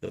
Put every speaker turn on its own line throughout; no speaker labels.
The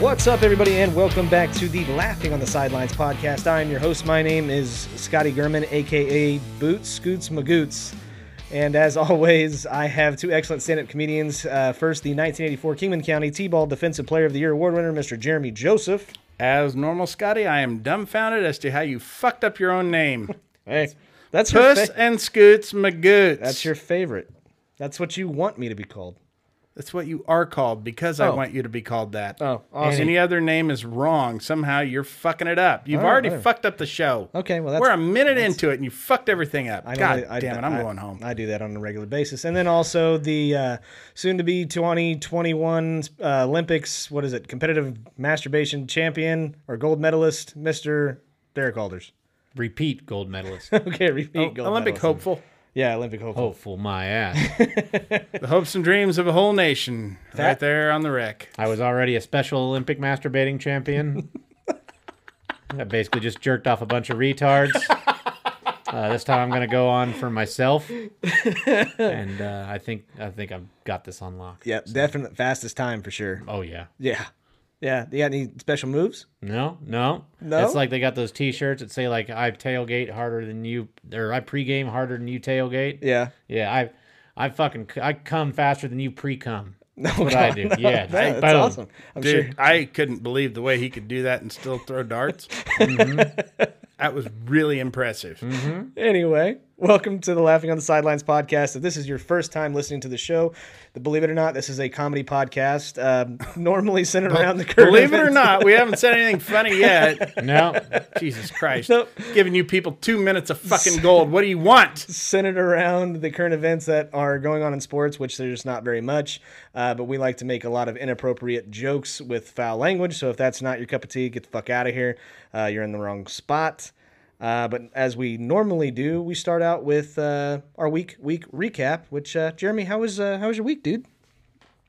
What's up, everybody, and welcome back to the Laughing on the Sidelines podcast. I am your host. My name is Scotty Gurman, aka Boots Scoots Magoots. And as always, I have two excellent stand up comedians. Uh, first, the 1984 Kingman County T Ball Defensive Player of the Year award winner, Mr. Jeremy Joseph.
As normal, Scotty, I am dumbfounded as to how you fucked up your own name.
Hey, that's your
Puss
fa-
and Scoots Magoots.
that's your favorite. That's what you want me to be called.
That's what you are called because I
Oh.
want you to be called that.
Oh, awesome.
Any other name is wrong. Somehow you're fucking it up. You've
All right,
already
whatever.
fucked up the show.
Oh, Okay, well, that's-
we're a minute into it and you fucked everything up.
I know
God
that- I-
damn it, I'm
I-
going home.
I do that on a regular basis. And then also the uh, soon to be 2021 uh, Olympics, what is it, competitive masturbation champion or gold medalist, Mr. Derek Alders.
repeat gold medalist.
Okay, repeat gold
Oh, Olympic
medalist.
hopeful.
Yeah, Olympic hopeful.
Hopeful my ass.
the hopes and dreams of a whole nation. right there on the wreck.
I was already a special Olympic masturbating champion. I basically just jerked off a bunch of retards. Uh, this time I'm going to go on for myself, and uh, I think I think I've got this on lock.
Yeah, definite fastest time for sure.
Oh yeah.
Yeah. Yeah. You got any special moves?
No, no,
No?
It's like they got those T-shirts that say like I tailgate harder than you, or I pregame harder than you tailgate.
Yeah.
Yeah, I, I fucking I come faster than you pre cum. That's what I do. yeah,
That-
just like,
that's
boom.
awesome. I'm
Dude,
sure.
I couldn't believe the way he could do that and still throw darts.
Mm-hmm.
That was really impressive.
Anyway, welcome to the Laughing on the Sidelines podcast. If this is your first time listening to the show, the, believe it or not, this is a comedy podcast um, normally centered around the curve.
Believe it or not, we haven't said anything funny yet.
No,
Jesus Christ.
Nope.
Giving you people two minutes of fucking gold. What do you want?
centered around the current events that are going on in sports, which there's not very much. Uh, but we like to make a lot of inappropriate jokes with foul language. So if that's not your cup of tea, get the fuck out of here. Uh, you're in the wrong spot. Uh, but as we normally do, we start out with uh, our week week recap. Which uh, Jeremy, how was uh, how was your week, dude?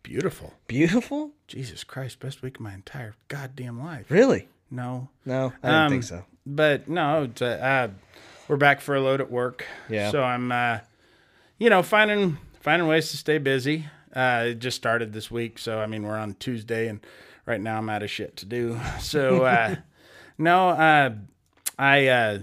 Beautiful.
Beautiful,
Jesus Christ, best week of my entire goddamn life.
really?
No.
No, I don't
Um,
think so.
But no, it's, uh, uh, we're back for a load at work.
Yeah.
So I'm, uh, you know, finding finding ways to stay busy. Uh, it just started this week, so I mean, we're on Tuesday, and right now I'm out of shit to do. So uh, no, uh, I uh,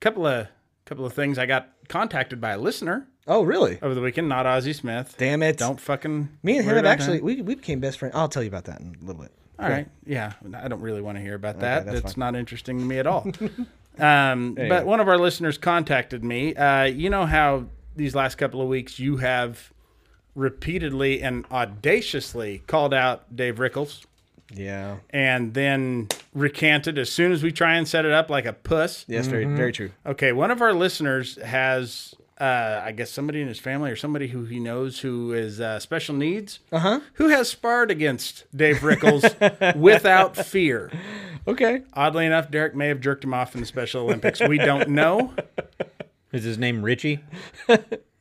couple of couple of things. I got contacted by a listener
Oh, really?
over the weekend, not Ozzy Smith.
Damn it!
Don't fucking.
Me and him
worry
have
about
actually
that.
we, we became best friends. I'll tell you about that in a little bit.
All right. Yeah. I don't really want to hear about that.
that's
that's not interesting to me at all. um, But one of our listeners contacted me. Uh, you know how these last couple of weeks you have repeatedly and audaciously called out Dave Rickles
Yeah.
and then recanted as soon as we try and set it up like a puss.
Yes, very very true.
Okay, one of our listeners has, uh, I guess, somebody in his family or somebody who he knows who is uh, special needs, uh-huh. who has sparred against Dave Rickles without fear.
Okay.
Oddly enough, Derek may have jerked him off in the Special Olympics. We don't know.
is his name Richie?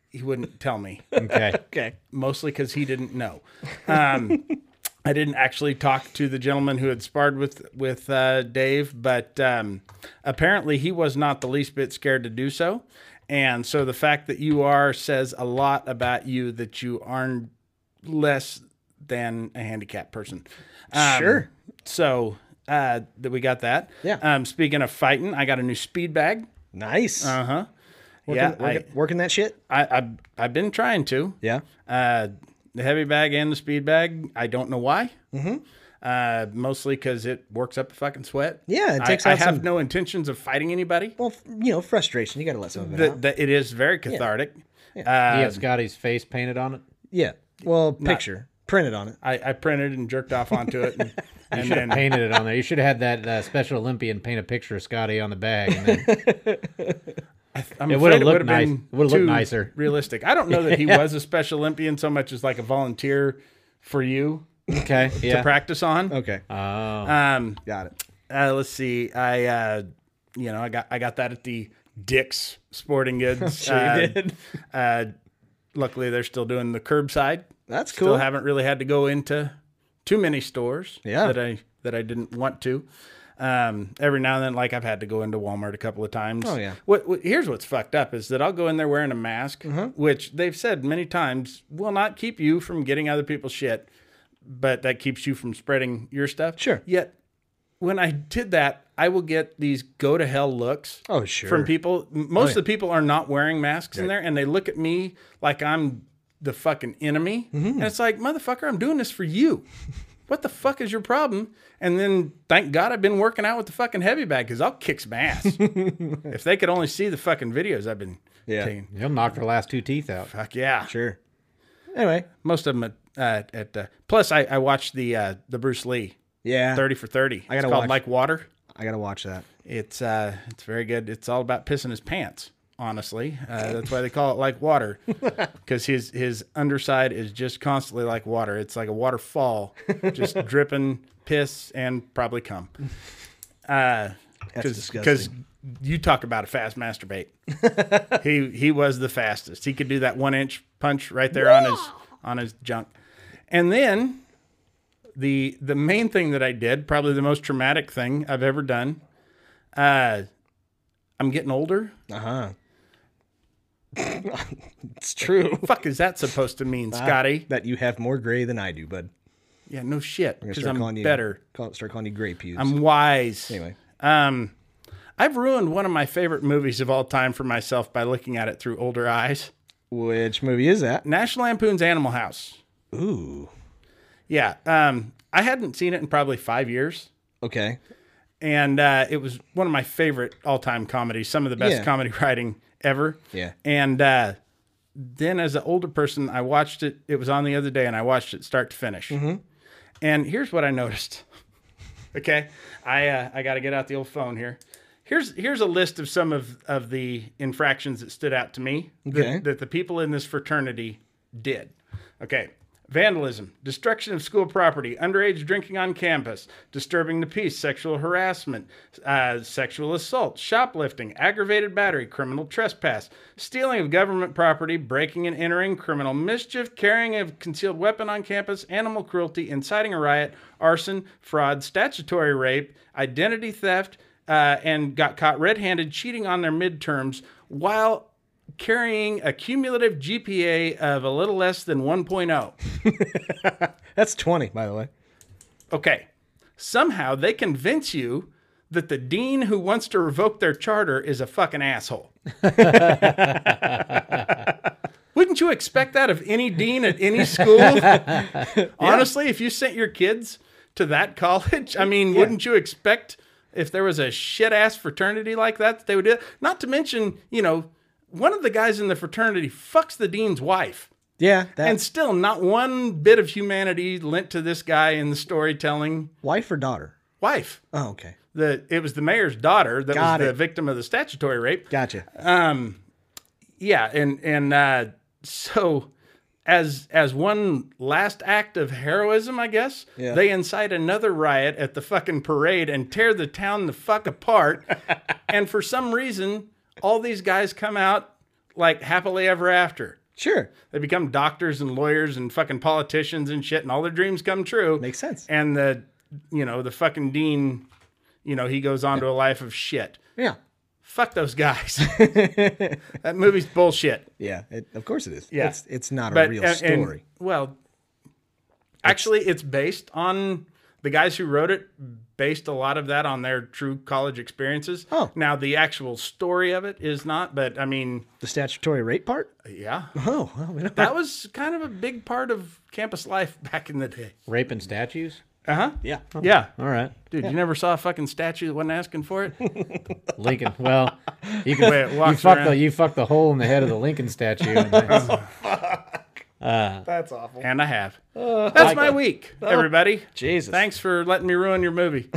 He wouldn't tell me,
Okay.
Okay.
mostly because he didn't know. Um, I didn't actually talk to the gentleman who had sparred with with uh, Dave, but um, apparently he was not the least bit scared to do so. And so the fact that you are says a lot about you that you aren't less than a handicapped person. Um,
Sure.
So uh, that we got that.
Yeah.
Um, speaking of fighting, I got a new speed bag.
Nice.
Uh huh.
Working,
Yeah, I,
working, working that shit.
I, I, I've been trying to.
Yeah.
Uh, the heavy bag and the speed bag. I don't know why. Mm-hmm. uh, mostly because it works up a fucking sweat.
Yeah, it
I-
takes
I,
out
have
some-
no intentions of fighting anybody.
Well, f- you know, frustration. You got to let some of it
The,
out.
the, it is very cathartic.
He
Uh,
had
Um,
Scotty's face painted on it.
Yeah. Well, picture printed on it.
I, I printed and jerked off onto it, and, and then
Painted it on there. You should have had that uh, Special Olympian paint a picture of Scotty on the bag. And then,
I'm
It
afraid
would've
it
looked
would have
nice.
been
Would've looked
too
nicer.
realistic. I don't know that he was a Special Olympian so much as like a volunteer for you
okay,
to
yeah.
practice on.
Okay.
Oh,
Um,
Uh, got it.
uh, let's see. I, uh, you know, I got I got that at the Dick's Sporting Goods. uh,
did.
uh, luckily, they're still doing the curbside.
That's cool.
Still haven't really had to go into too many stores.
Yeah.
that I that I didn't want to. Um, every now and then, like I've had to go into Walmart a couple of times.
Oh, yeah.
What, what here's what's fucked up is that I'll go in there wearing a mask,
Mm-hmm.
which they've said many times will not keep you from getting other people's shit, but that keeps you from spreading your stuff.
Sure.
Yet when I did that, I will get these go to hell looks.
Oh, sure. Oh,
From people, most of the people are not wearing masks in there, and they look at me like I'm the fucking enemy.
Mm-hmm.
And it's like, motherfucker, I'm doing this for you. What the fuck is your problem? And then thank God I've been working out with the fucking heavy bag because I'll kick some ass. if they could only see the fucking videos I've been
Yeah.
taking.
he'll knock her last two teeth out.
Fuck yeah.
Sure. Anyway.
Most of them at, uh, at uh, plus I, I watched the uh, the Bruce Lee
Yeah.
30 for 30.
gotta
I it's called
watch.
Like Water.
I gotta watch that.
It's uh, it's very good. It's all about pissing his pants. Honestly, uh, that's why they call it like water, because his his underside is just constantly like water. It's like a waterfall, just dripping piss and probably cum. Uh, because
disgusting.
you talk about a fast masturbate. he he was the fastest. He could do that one inch punch right there on his on his junk, and then the the main thing that I did, probably the most traumatic thing I've ever done. Uh, I'm getting older.
Uh huh. it's true.
Fuck is that supposed to
Ah.
mean, Scotty?
That you have more gray than I do, bud.
Yeah, no shit.
I'm gonna
Because
start
I'm
calling you-
better.
Call, start calling you gray pews.
I'm wise.
anyway.
Um, I've ruined one of my favorite movies of all time for myself by looking at it through older eyes.
Which movie is that?
National Lampoon's Animal House.
Ooh.
Yeah. Um, I hadn't seen it in probably five years.
Okay.
and uh, it was one of my favorite all-time comedies. Some of the best
Yeah.
comedy writing ever.
Yeah.
And uh, then, as an older person, I watched it. It was on the other day, and I watched it start to finish.
Mm-hmm.
And here's what I noticed. okay, I uh, I got to get out the old phone here. Here's here's a list of some of of the infractions that stood out to me that-
Okay.
that the people in this fraternity did. Okay. Vandalism, destruction of school property, underage drinking on campus, disturbing the peace, sexual harassment, uh, sexual assault, shoplifting, aggravated battery, criminal trespass, stealing of government property, breaking and entering, criminal mischief, carrying a concealed weapon on campus, animal cruelty, inciting a riot, arson, fraud, statutory rape, identity theft, uh, and got caught red handed cheating on their midterms while carrying a cumulative GPA of a little less than oh. 1.0.
That's 20, by the way.
Okay. Somehow they convince you that the dean who wants to revoke their charter is a fucking asshole. Wouldn't you expect that of any dean at any school? Honestly, if you sent your kids to that college, I mean, wouldn't you expect if there was a shit ass fraternity like that, that they would do it? Not to mention, you know, one of the guys in the fraternity fucks the dean's wife.
Yeah.
And
That's
still, not one bit of humanity lent to this guy in the storytelling
wife or daughter?
wife.
Oh, okay.
The it was the mayor's daughter that
Got
was the
it.
victim of the statutory rape.
Gotcha.
Yeah, and and uh, so as as one last act of heroism, I guess
Yeah.
they incite another riot at the fucking parade and tear the town the fuck apart. and for some reason, all these guys come out like happily ever after.
sure.
They become doctors and lawyers and fucking politicians and shit, and all their dreams come true.
Makes sense.
And the, you know, the fucking dean, you know, he goes on to a life of shit.
Yeah.
Fuck those guys. that movie's bullshit.
Yeah. It, of course it is.
Yeah.
It's, it's not
But uh,
a real
and- and-
story.
well, actually, it's based on the guys who wrote it. Based a lot of that on their true college experiences.
Oh.
now the actual story of it is not, but I mean,
the statutory rape part?
yeah,
Oh, well, we don't-
that was kind of a big part of campus life back in the day.
Raping statues?
Uh huh.
Yeah.
Oh.
Yeah.
All right,
Dude, you never saw a fucking statue that wasn't asking for it?
Lincoln. Well, you can.
Wait, it
you
walks
fucked the
around.
you fucked the hole in the head of the Lincoln statue. and that's-
That's awful.
And I have.
Uh,
That's my week, everybody.
Jesus.
Thanks for letting me ruin your movie.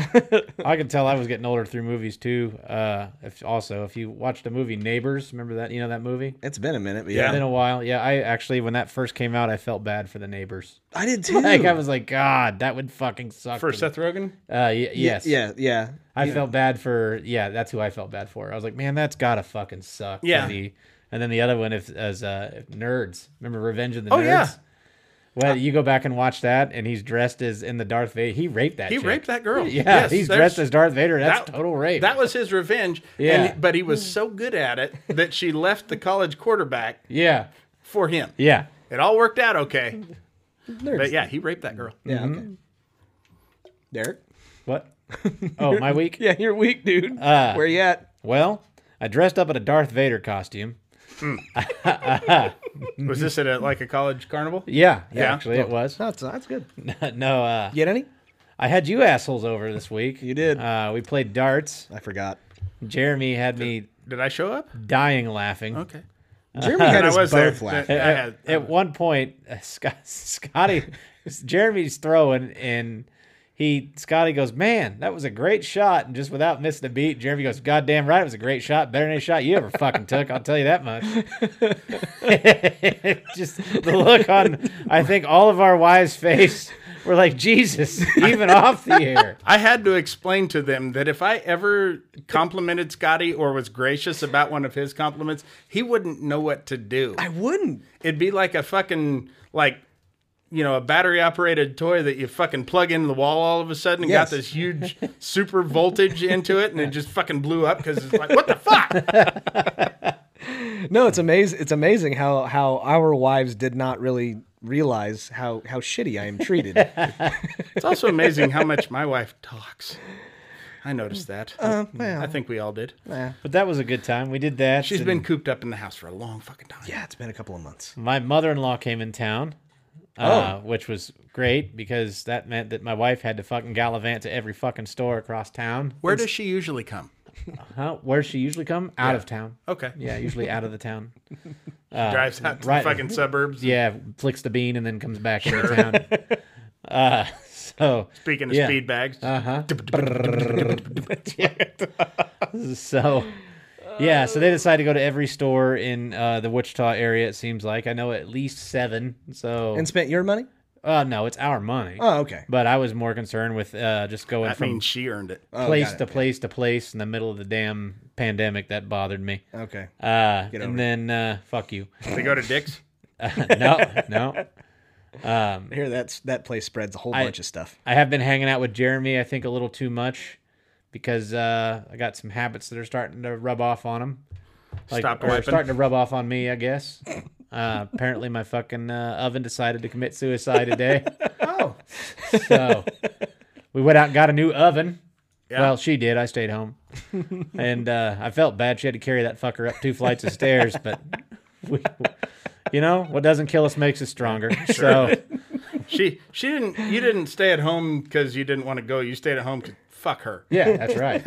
I could tell I was getting older through movies too. Uh, if, also, if you watched the movie Neighbors, remember that? You know that movie?
It's been a minute, but
Yeah.
yeah.
It's been a while. Yeah, I actually when that first came out, I felt bad for the neighbors.
I did too.
Like I was like, God, that would fucking suck.
For
to-
Seth Rogen?
Uh, y- yes.
Yeah, yeah.
I felt bad for yeah, that's who I felt bad for. I was like, man, that's gotta fucking suck. to
Yeah.
be." And then the other one if as uh nerds. Remember Revenge of the
Oh,
Nerds?
yeah.
Well, you go back and watch that, and he's dressed as in the Darth Vader. He raped that.
He
chick.
raped that girl.
Yeah,
Yes,
he's
there's-
dressed as Darth Vader. That's
that-
total rape.
That was his revenge.
Yeah.
And, but he was so good at it that she left the college quarterback
yeah,
for him.
yeah.
It all worked out okay. But yeah, he raped that girl.
Yeah, okay.
Mm-hmm.
Derek?
What? Oh, my week.
Yeah, you're weak, dude.
Uh.
Where you at?
Well, I dressed up in a Darth Vader costume.
Was this at a, like a college carnival?
Yeah,
Yeah.
actually, it was.
That's, that's good. You
no, uh,
get any?
I had you assholes over this week.
You did.
Uh, we played darts.
I forgot.
Jeremy had me
Did I show up?
dying laughing.
Okay.
Jeremy had
And
his
I was there. Uh,
bow flap.
I had-
At one point, uh, Scott, Scotty, Jeremy's throwing, and he Scotty goes, "Man, that was a great shot!" And just without missing a beat, Jeremy goes, "God damn right, it was a great shot. Better than any shot you ever fucking took. I'll tell you that much." just the look on, I think all of our wives' face were like, "Jesus, even off the air."
I had to explain to them that if I ever complimented Scotty or was gracious about one of his compliments, he wouldn't know what to do.
I wouldn't.
It'd be like a fucking like you know, a battery operated toy that you fucking plug in the wall all of a sudden and
Yes.
got this huge super voltage into it and it just fucking blew up because it's like, what the fuck?
No, it's amazing. It's amazing how how our wives did not really realize how how shitty I am treated.
It's also amazing how much my wife talks. I noticed that.
Uh,
I think we all did.
But that was a good time. We did that.
She's
and-
been cooped up in the house for a long fucking time.
yeah, it's been a couple of months.
my mother-in-law came in town uh, which was great because that meant that my wife had to fucking gallivant to every fucking store across town
Where does she usually come?
huh? where she usually come out of town
Okay.
yeah usually out of the town
Drives out to
right-
the fucking suburbs.
yeah flicks the bean and then comes back into town uh, so
Speaking of
Yeah. Uh-huh.
speed bags,
so yeah so they decided to go to every store in uh, the wichita area it seems like i know at least seven so
And spent your money?
uh, no it's our money
Oh, okay.
but i was more concerned with uh, just going
that
from
means she earned it.
place
Oh, got it.
to place to place in the middle of the damn pandemic that bothered me.
Okay.
Uh,
over it.
and then uh, fuck you.
They go to Dick's.
no, no.
Here, that's that place spreads a whole bunch of stuff.
I have been hanging out with Jeremy. I think a little too much because uh, I got some habits that are starting to rub off on him. Like,
Stop
or
wiping.
starting to rub off on me, I guess. Uh, apparently, my fucking uh, oven decided to commit suicide today.
Oh,
So we went out and got a new oven.
Yeah.
Well, she did. I stayed home. and uh, I felt bad. She had to carry that fucker up two flights of stairs. But, we, you know, what doesn't kill us makes us stronger. So,
she she didn't. You didn't stay at home because you didn't want to go. You stayed at home because fuck her.
yeah, that's right.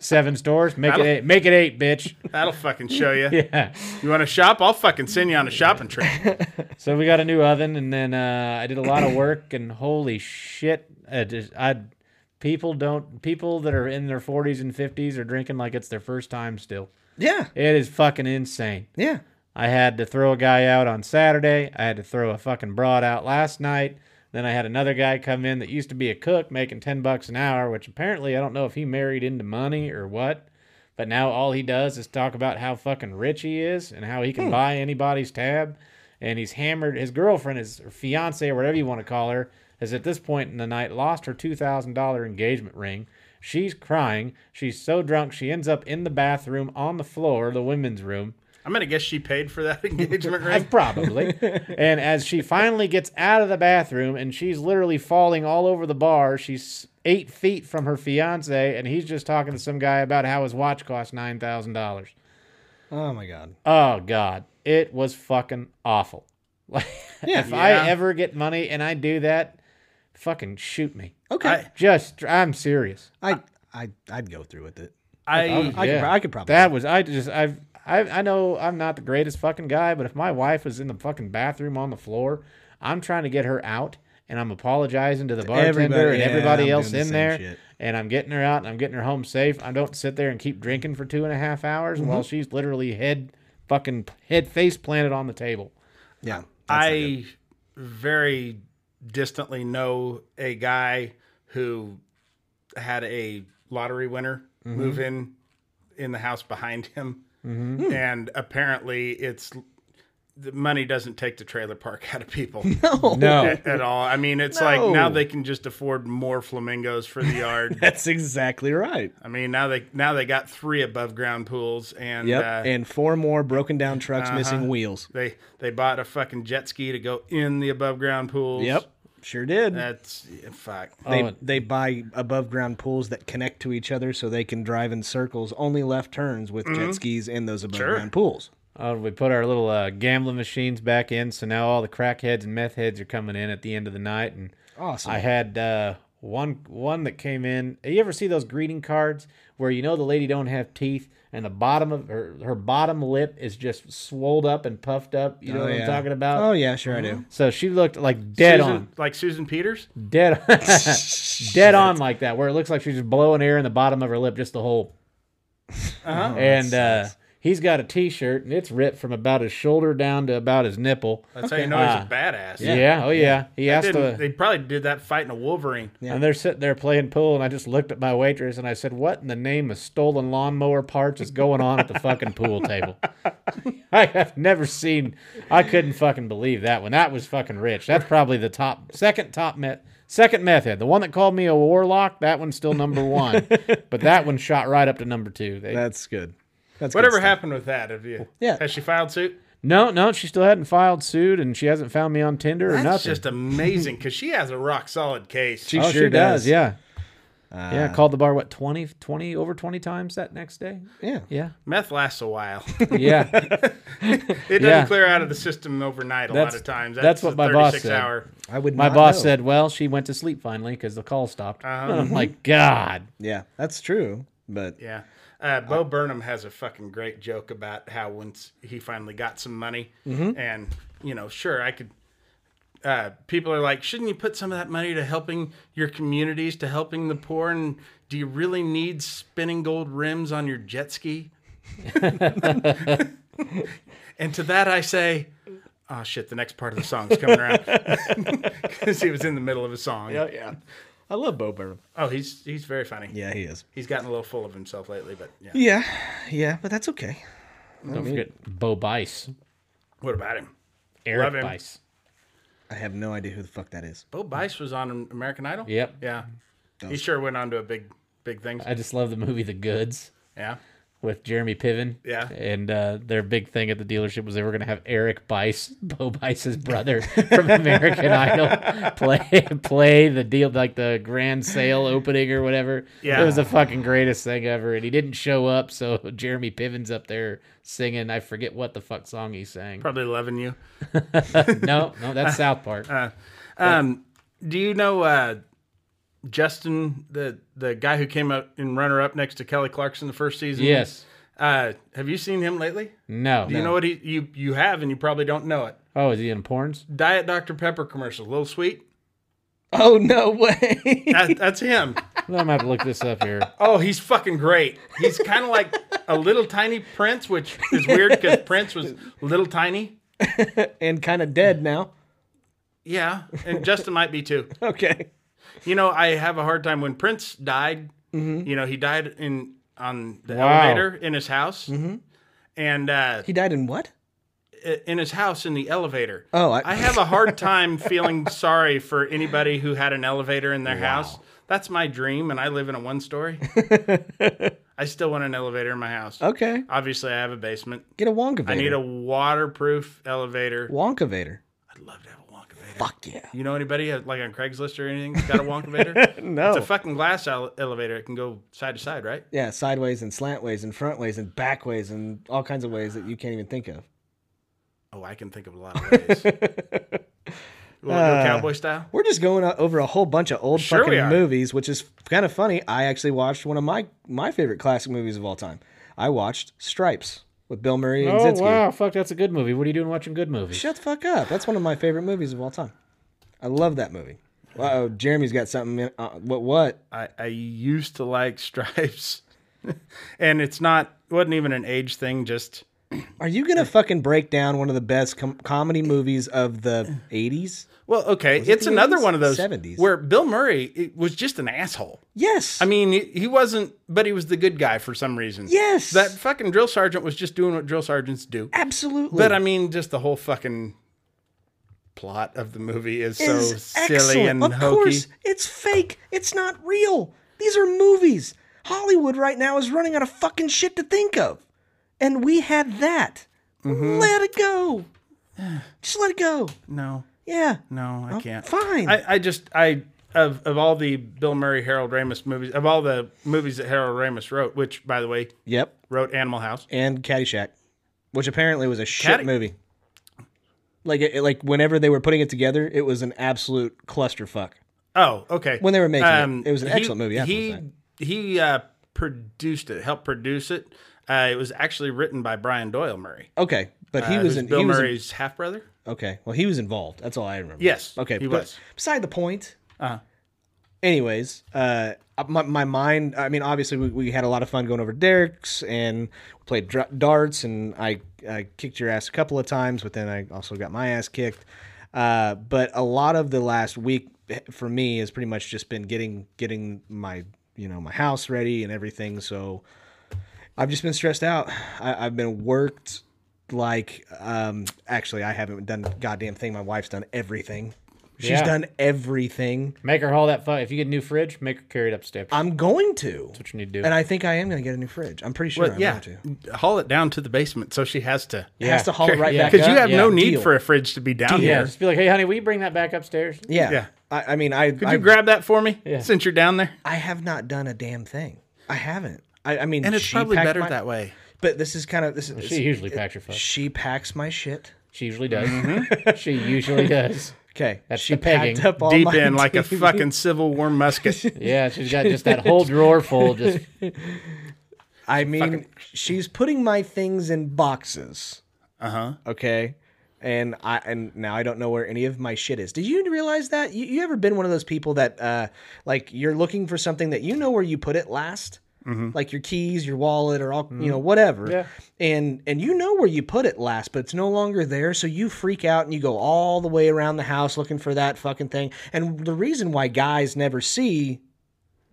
Seven stores. Make it eight. Make it eight, bitch.
That'll fucking show you.
Yeah.
You want to shop? I'll fucking send you on a shopping trip.
So we got a new oven. And then uh, I did a lot of work. And holy shit. I just, I, people don't, people that are in their 40s and 50s are drinking like it's their first time still.
Yeah,
It is fucking insane.
yeah.
I had to throw a guy out on Saturday. I had to throw a fucking broad out last night. Then I had another guy come in that used to be a cook making 10 bucks an hour, which apparently I don't know if he married into money or what. But now all he does is talk about how fucking rich he is and how he can buy anybody's tab. And he's hammered his girlfriend, his or fiance, or whatever you want to call her, has at this point in the night lost her $2,000 engagement ring. She's crying. She's so drunk, she ends up in the bathroom on the floor, the women's room.
I'm gonna guess she paid for that engagement
Uh,
ring.
Probably. and as she finally gets out of the bathroom and she's literally falling all over the bar, she's eight feet from her fiance, and he's just talking to some guy about how his watch cost nine thousand dollars.
Oh my god.
Oh God, it was fucking awful. Like, if I ever get money and I do that, fucking shoot me.
Okay.
I-
Just, I'm serious.
I I I'd go through with it.
I
I could pro- I could probably-
That was I just I've I I know I'm not the greatest fucking guy, but if my wife is in the fucking bathroom on the floor, I'm trying to get her out, and I'm apologizing to the bartender
everybody,
and
yeah,
everybody
I'm
else
doing the
in
same
there,
shit.
and I'm getting her out, and I'm getting her home safe. I don't sit there and keep drinking for two and a half hours
Mm-hmm.
while she's literally head fucking head face planted on the table.
Yeah.
I very distantly know a guy who had a lottery winner move in in the house behind him, and apparently it's the money doesn't take the trailer park out of people
No,
at all. I mean, it's like
No.
now they can just afford more flamingos for the yard.
That's exactly right.
I mean, now they now they got three above ground pools and
Yep.
uh,
and four more broken down trucks missing wheels.
they they bought a fucking jet ski to go in the above ground pools.
Yep. Uh, Sure did.
That's fuck.
they,
Oh, and-
they buy above ground pools that connect to each other so they can drive in circles, only left turns with
Mm-hmm.
jet skis in those above ground pools.
Oh, we put our little uh, gambling machines back in, so now all the crackheads and meth heads are coming in at the end of the night, and
Awesome.
I had uh, one one that came in. You ever see those greeting cards where you know the lady don't have teeth and the bottom of her her bottom lip is just swolled up and puffed up? You know
Oh,
what
yeah.
I'm talking about?
Oh yeah, sure I do.
So she looked like dead
Susan,
on,
like Susan Peters.
dead, dead on like that, where it looks like she's just blowing air in the bottom of her lip, just the whole.
Uh-huh.
and uh, he's got a T-shirt, and it's ripped from about his shoulder down to about his nipple.
That's how you know
Ah.
he's a badass.
Yeah. oh yeah. He
They
asked
didn't-
to-
they probably did that fighting a Wolverine.
And they're sitting there playing pool, and I just looked at my waitress and I said, "What in the name of stolen lawnmower parts is going on at the fucking pool table?" I have never seen. I couldn't fucking believe that one. That was fucking rich. That's probably the top, second top met, second method. The one that called me a warlock. That one's still number one, but that one shot right up to number two. They,
That's good. That's good
Whatever
stuff.
happened with that? Have you?
Yeah.
Has she filed suit?
no, no, she still hadn't filed suit, and she hasn't found me on Tinder or
That's
nothing.
just amazing because she has a rock solid case.
She
oh,
sure
she does.
does. Uh,
Yeah. yeah, called the bar what 20, 20 over twenty times that next day.
Yeah.
Yeah.
Meth lasts a while.
Yeah.
It doesn't
Yeah.
clear out of the system overnight a lot
That's-
of times.
that's what
a
my boss
36
said.
Hour.
I would.
My
not
boss
know.
said, well, she went to sleep finally because the call stopped.
Uh-huh.
And
Mm-hmm.
I'm like, God.
Yeah, that's true. But
Yeah. Uh, Bo Burnham has a fucking great joke about how once he finally got some money,
Mm-hmm.
and you know, sure, I could. Uh, people are like, shouldn't you put some of that money to helping your communities, to helping the poor? And do you really need spinning gold rims on your jet ski? and to that I say, oh shit, the next part of the song's coming around because he was in the middle of a song.
yeah, I love Bo Burnham.
Oh, he's he's very funny.
Yeah, he is.
He's gotten a little full of himself lately, but yeah.
Yeah, yeah, but that's okay.
Don't forget Bo Bice.
What about him? Love
Eric
him.
Bice.
I have no idea who the fuck that is.
Bo Bice was on American Idol.
Yep.
Yeah. He sure went on to a big, big things.
I just love the movie The Goods
Yeah.
with Jeremy Piven.
Yeah.
And uh, their big thing at the dealership was they were going to have Eric Bice, Bo Bice's brother from American Idol, play play the deal, like the grand sale opening or whatever.
Yeah.
It was the fucking greatest thing ever. And he didn't show up. So Jeremy Piven's up there singing. I forget what the fuck song he sang.
Probably loving you.
No, no, that's South Park.
Um, do you know uh, Justin, the the guy who came up in runner up next to Kelly Clarkson the first season?
yes.
Uh, have you seen him lately?
No.
Do you know what he you you have and you probably don't know it?
Oh, is he in porns?
Diet Dr Pepper commercial, Little Sweet.
Oh no way!
That, that's him.
I'm gonna have to look this up here.
Oh, he's fucking great. He's kind of like a little tiny Prince, which is weird because Prince was little tiny.
and kind of dead now.
Yeah, and Justin might be too.
Okay.
You know, I have a hard time when Prince died.
Mm-hmm.
You know, he died in on the
Wow.
elevator in his house,
Mm-hmm.
and uh,
He died in what?
in his house in the elevator.
Oh, I-
I, have a hard time feeling sorry for anybody who had an elevator in their house. That's my dream, and I live in a one story. I still want an elevator in my house.
Okay.
Obviously, I have a basement.
Get a Wonkavator.
I need a waterproof elevator.
Wonkavator.
I'd love to have a Wonkavator.
Fuck yeah.
You know anybody uh, like on Craigslist or anything that's got a Wonkavator?
No.
It's a fucking glass ele- elevator. It can go side to side, right?
yeah, sideways and slant ways and front ways and back ways and all kinds of ways that you can't even think of.
Oh, I can think of a lot of ways. You want
Uh.
to go cowboy style?
We're just going o- over a whole bunch of old
Sure we
fucking
are.
movies, which is kind of funny. I actually watched one of my my favorite classic movies of all time. I watched Stripes with Bill Murray and
Oh
Zitsky.
wow, fuck, that's a good movie. What are you doing watching good movies?
Shut the fuck up. That's one of my favorite movies of all time. I love that movie. Wow, Jeremy's got something. In, uh, what? What?
I, I used to like stripes, and it's not wasn't even an age thing. Just
Are you gonna fucking break down one of the best com- comedy movies of the '80s?
well, okay, it's
the
another
80s?
one of those
70s.
where Bill Murray it was just an asshole.
Yes.
I mean, he- he wasn't, but he was the good guy for some reason.
Yes.
that fucking drill sergeant was just doing what drill sergeants do.
absolutely.
But I mean, just the whole fucking plot of the movie is,
Is
so silly
excellent.
and
of
hokey.
course it's fake. It's not real. These are movies. Hollywood right now is running out of fucking shit to think of, and we had that.
Mm-hmm.
Let it go. Just let it go.
No,
Yeah.
no, I can't.
Fine.
I, I just I of of all the Bill Murray Harold Ramis movies of all the movies that Harold Ramis wrote, which by the way
yep.
wrote Animal House.
and Caddyshack, which apparently was a shit
Caddy-
movie. Like it, it- like whenever they were putting it together, it was an absolute clusterfuck.
Oh, okay. Um,
When they were making it, it was an
he-
excellent movie afterwards,
He he uh, produced it, helped produce it. Uh, it was actually written by Brian Doyle Murray.
Okay, but he
uh,
was
who's
in,
Bill
he was in-
Murray's half brother.
okay, well he was involved. That's all I remember.
Yes,
Okay,
he
but
was.
beside the point. Uh-huh. Anyways, uh, my, my mind. I mean, obviously, we, we had a lot of fun going over Derek's and we played dr- darts, and I, I kicked your ass a couple of times, but then I also got my ass kicked. Uh, but a lot of the last week for me has pretty much just been getting getting my you know my house ready and everything. So I've just been stressed out. I, I've been worked like um actually I haven't done a goddamn thing. My wife's done everything. She's
Yeah.
done everything.
Make her haul that fuck. If you get a new fridge, make her carry it upstairs. That's
I'm going to.
what you need to do.
And I think I am going to get a new fridge. I'm pretty sure
But
I'm
yeah,
going to.
haul it down to the basement so she has to.
It has to haul it right
Yeah.
back
Because you
up.
have no
Yeah.
need
Deal.
for a fridge to be down
yeah,
here.
just be like, hey, honey, will you bring that back upstairs?
yeah.
Yeah.
I, I mean, I
Could
I,
you grab that for me
Yeah.
since you're down there?
I have not done a damn thing. I haven't. I, I mean,
And it's
she
probably
packed
better
my-
that way.
But this is kind of this is
She usually packs her fuck.
she packs my shit.
She usually does. she usually does.
Okay,
That's
she
the pegging.
packed up all
Deep
my
in like a
TV.
fucking Civil War musket.
Yeah, she's got just that whole drawer full. Just
I mean, she's putting my things in boxes. Uh huh. Okay. And I and now I don't know where any of my shit is. Did you realize that? You, you ever been one of those people that uh like you're looking for something that you know where you put it last? Like your keys, your wallet, or all you know, whatever.
Yeah.
And and you know where you put it last, but it's no longer there. So you freak out and you go all the way around the house looking for that fucking thing. And the reason why guys never see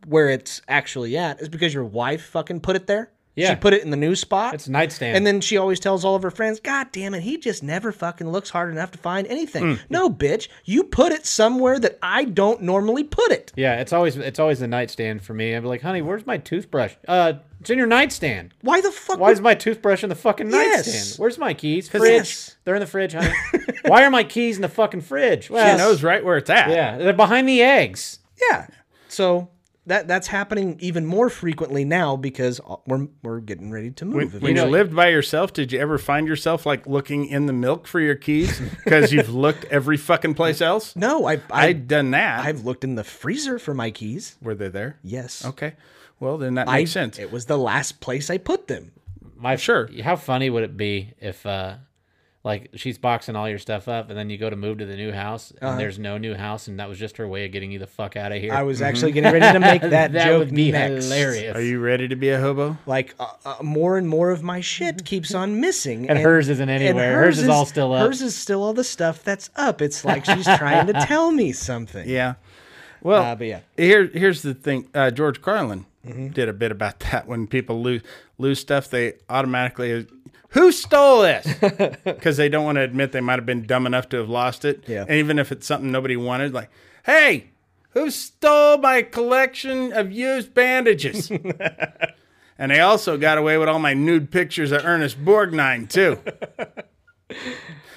where it's actually at is because your wife fucking put it there.
Yeah.
She put it in the new spot.
it's a nightstand.
and then she always tells all of her friends, God damn it, he just never fucking looks hard enough to find anything.
Mm.
No, bitch, you put it somewhere that I don't normally put it.
yeah, it's always it's always the nightstand for me. I'd be like, honey, where's my toothbrush? Uh, it's in your nightstand.
Why the fuck?
Why is my toothbrush in the fucking
Yes.
nightstand? Where's my keys? Fridge.
Yes.
They're in the fridge, honey. Why are my keys in the fucking fridge? Well,
She knows right where it's at.
yeah, they're behind the eggs.
yeah. So that that's happening even more frequently now because we're we're getting ready to move.
When you,
know-
lived by yourself, did you ever find yourself like looking in the milk for your keys because you've looked every fucking place else?
no, I, I
I'd done that.
I've looked in the freezer for my keys.
Were they there?
Yes.
Okay. Well, then that
I,
makes sense.
It was the last place I put them.
My
Sure.
How funny would it be if uh like she's boxing all your stuff up and then you go to move to the new house and there's no new house and that was just her way of getting you the fuck out of here.
Uh-huh. I was actually getting ready to make that,
Mm-hmm. that
joke
would be
next.
hilarious.
Are you ready to be a hobo?
Like uh, uh, more and more of my shit keeps on missing,
And hers isn't anywhere. Hers is all still up.
Hers is still all the stuff that's up. It's like she's trying to tell me something.
Yeah. Well,
Uh, but yeah. Mm-hmm.
Here, here's the thing. Uh, George Carlin did a bit about that. When people lose lose stuff, they automatically who stole this because they don't want to admit they might have been dumb enough to have lost it.
Yeah.
And even if it's something nobody wanted, like, hey, who stole my collection of used bandages? and they also got away with all my nude pictures of Ernest Borgnine too.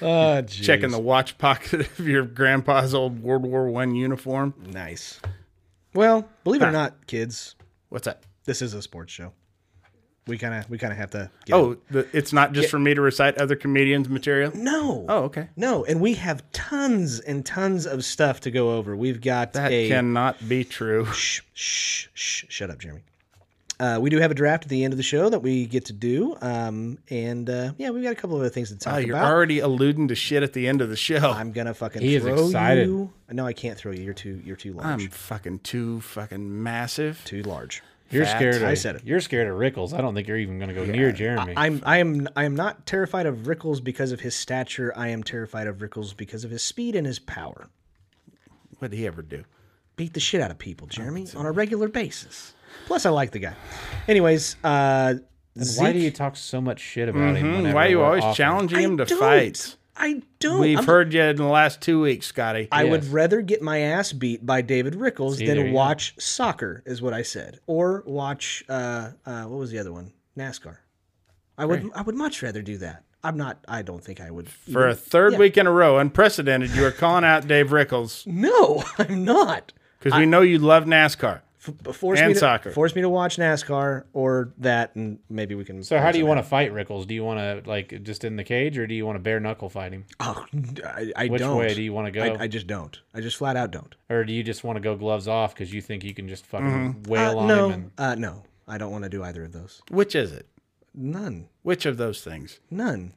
Oh,
Checking the watch pocket of your grandpa's old World War One uniform.
nice. Well, believe it or not, kids,
What's that?
this is a sports show. we kind of we kind of have to. Get
Oh, the, it's not just for me to recite other comedians' material.
no!
Oh, okay.
No, and we have tons and tons of stuff to go over. We've got
That
a
cannot be true.
shh, shh, shh, shut up, Jeremy. Uh, we do have a draft at the end of the show that we get to do, um, and uh, yeah, we've got a couple of other things to talk
Ah,
Oh, you're
about.
already alluding to shit at the end of the show. I'm,
I'm gonna fucking
He is
throw
excited.
you. No, I can't throw you. You're too you're too large.
fucking too fucking massive.
too large.
You're
Fact.
scared. Of,
I said it.
You're scared of Rickles. I don't think you're even going to go near Jeremy.
I'm I am I am not terrified of Rickles because of his stature. I am terrified of Rickles because of his speed and his power.
What'd he ever do?
beat the shit out of people, Jeremy, on a regular basis. Plus, I like the guy. Anyways, uh,
Why
Zeke-
do you talk so much shit about him?
Hmm,
whenever
why are you
we're
always
off him?
challenging
I
him to
don't.
fight?
I don't.
We've
I'm-
heard you in the last two weeks, Scotty.
I would
Yes.
rather get my ass beat by David Rickles
there you
than
go.
watch soccer, is what I said, or watch uh, uh, what was the other one? NASCAR. I would. I would much rather do that. I'm not. I don't think I would.
For a third week in a row, unprecedented, you are calling out Dave Rickles
No, I'm not.
because we know you love NASCAR.
F- force
And
me to,
soccer.
Force me to watch NASCAR or that, and maybe we can.
So how do you want to fight Rickles? Do you want to like just in the cage, or do you want to bare knuckle fight him,
Oh, I, I
Which
don't.
way do you wanna go?
I, I just don't. I just flat out don't.
or do you just want to go gloves off because you think you can just fucking wail
Uh,
on
no,
him? And,
uh, no, I don't want to do either of those.
Which is it?
None,
Which of those things?
none.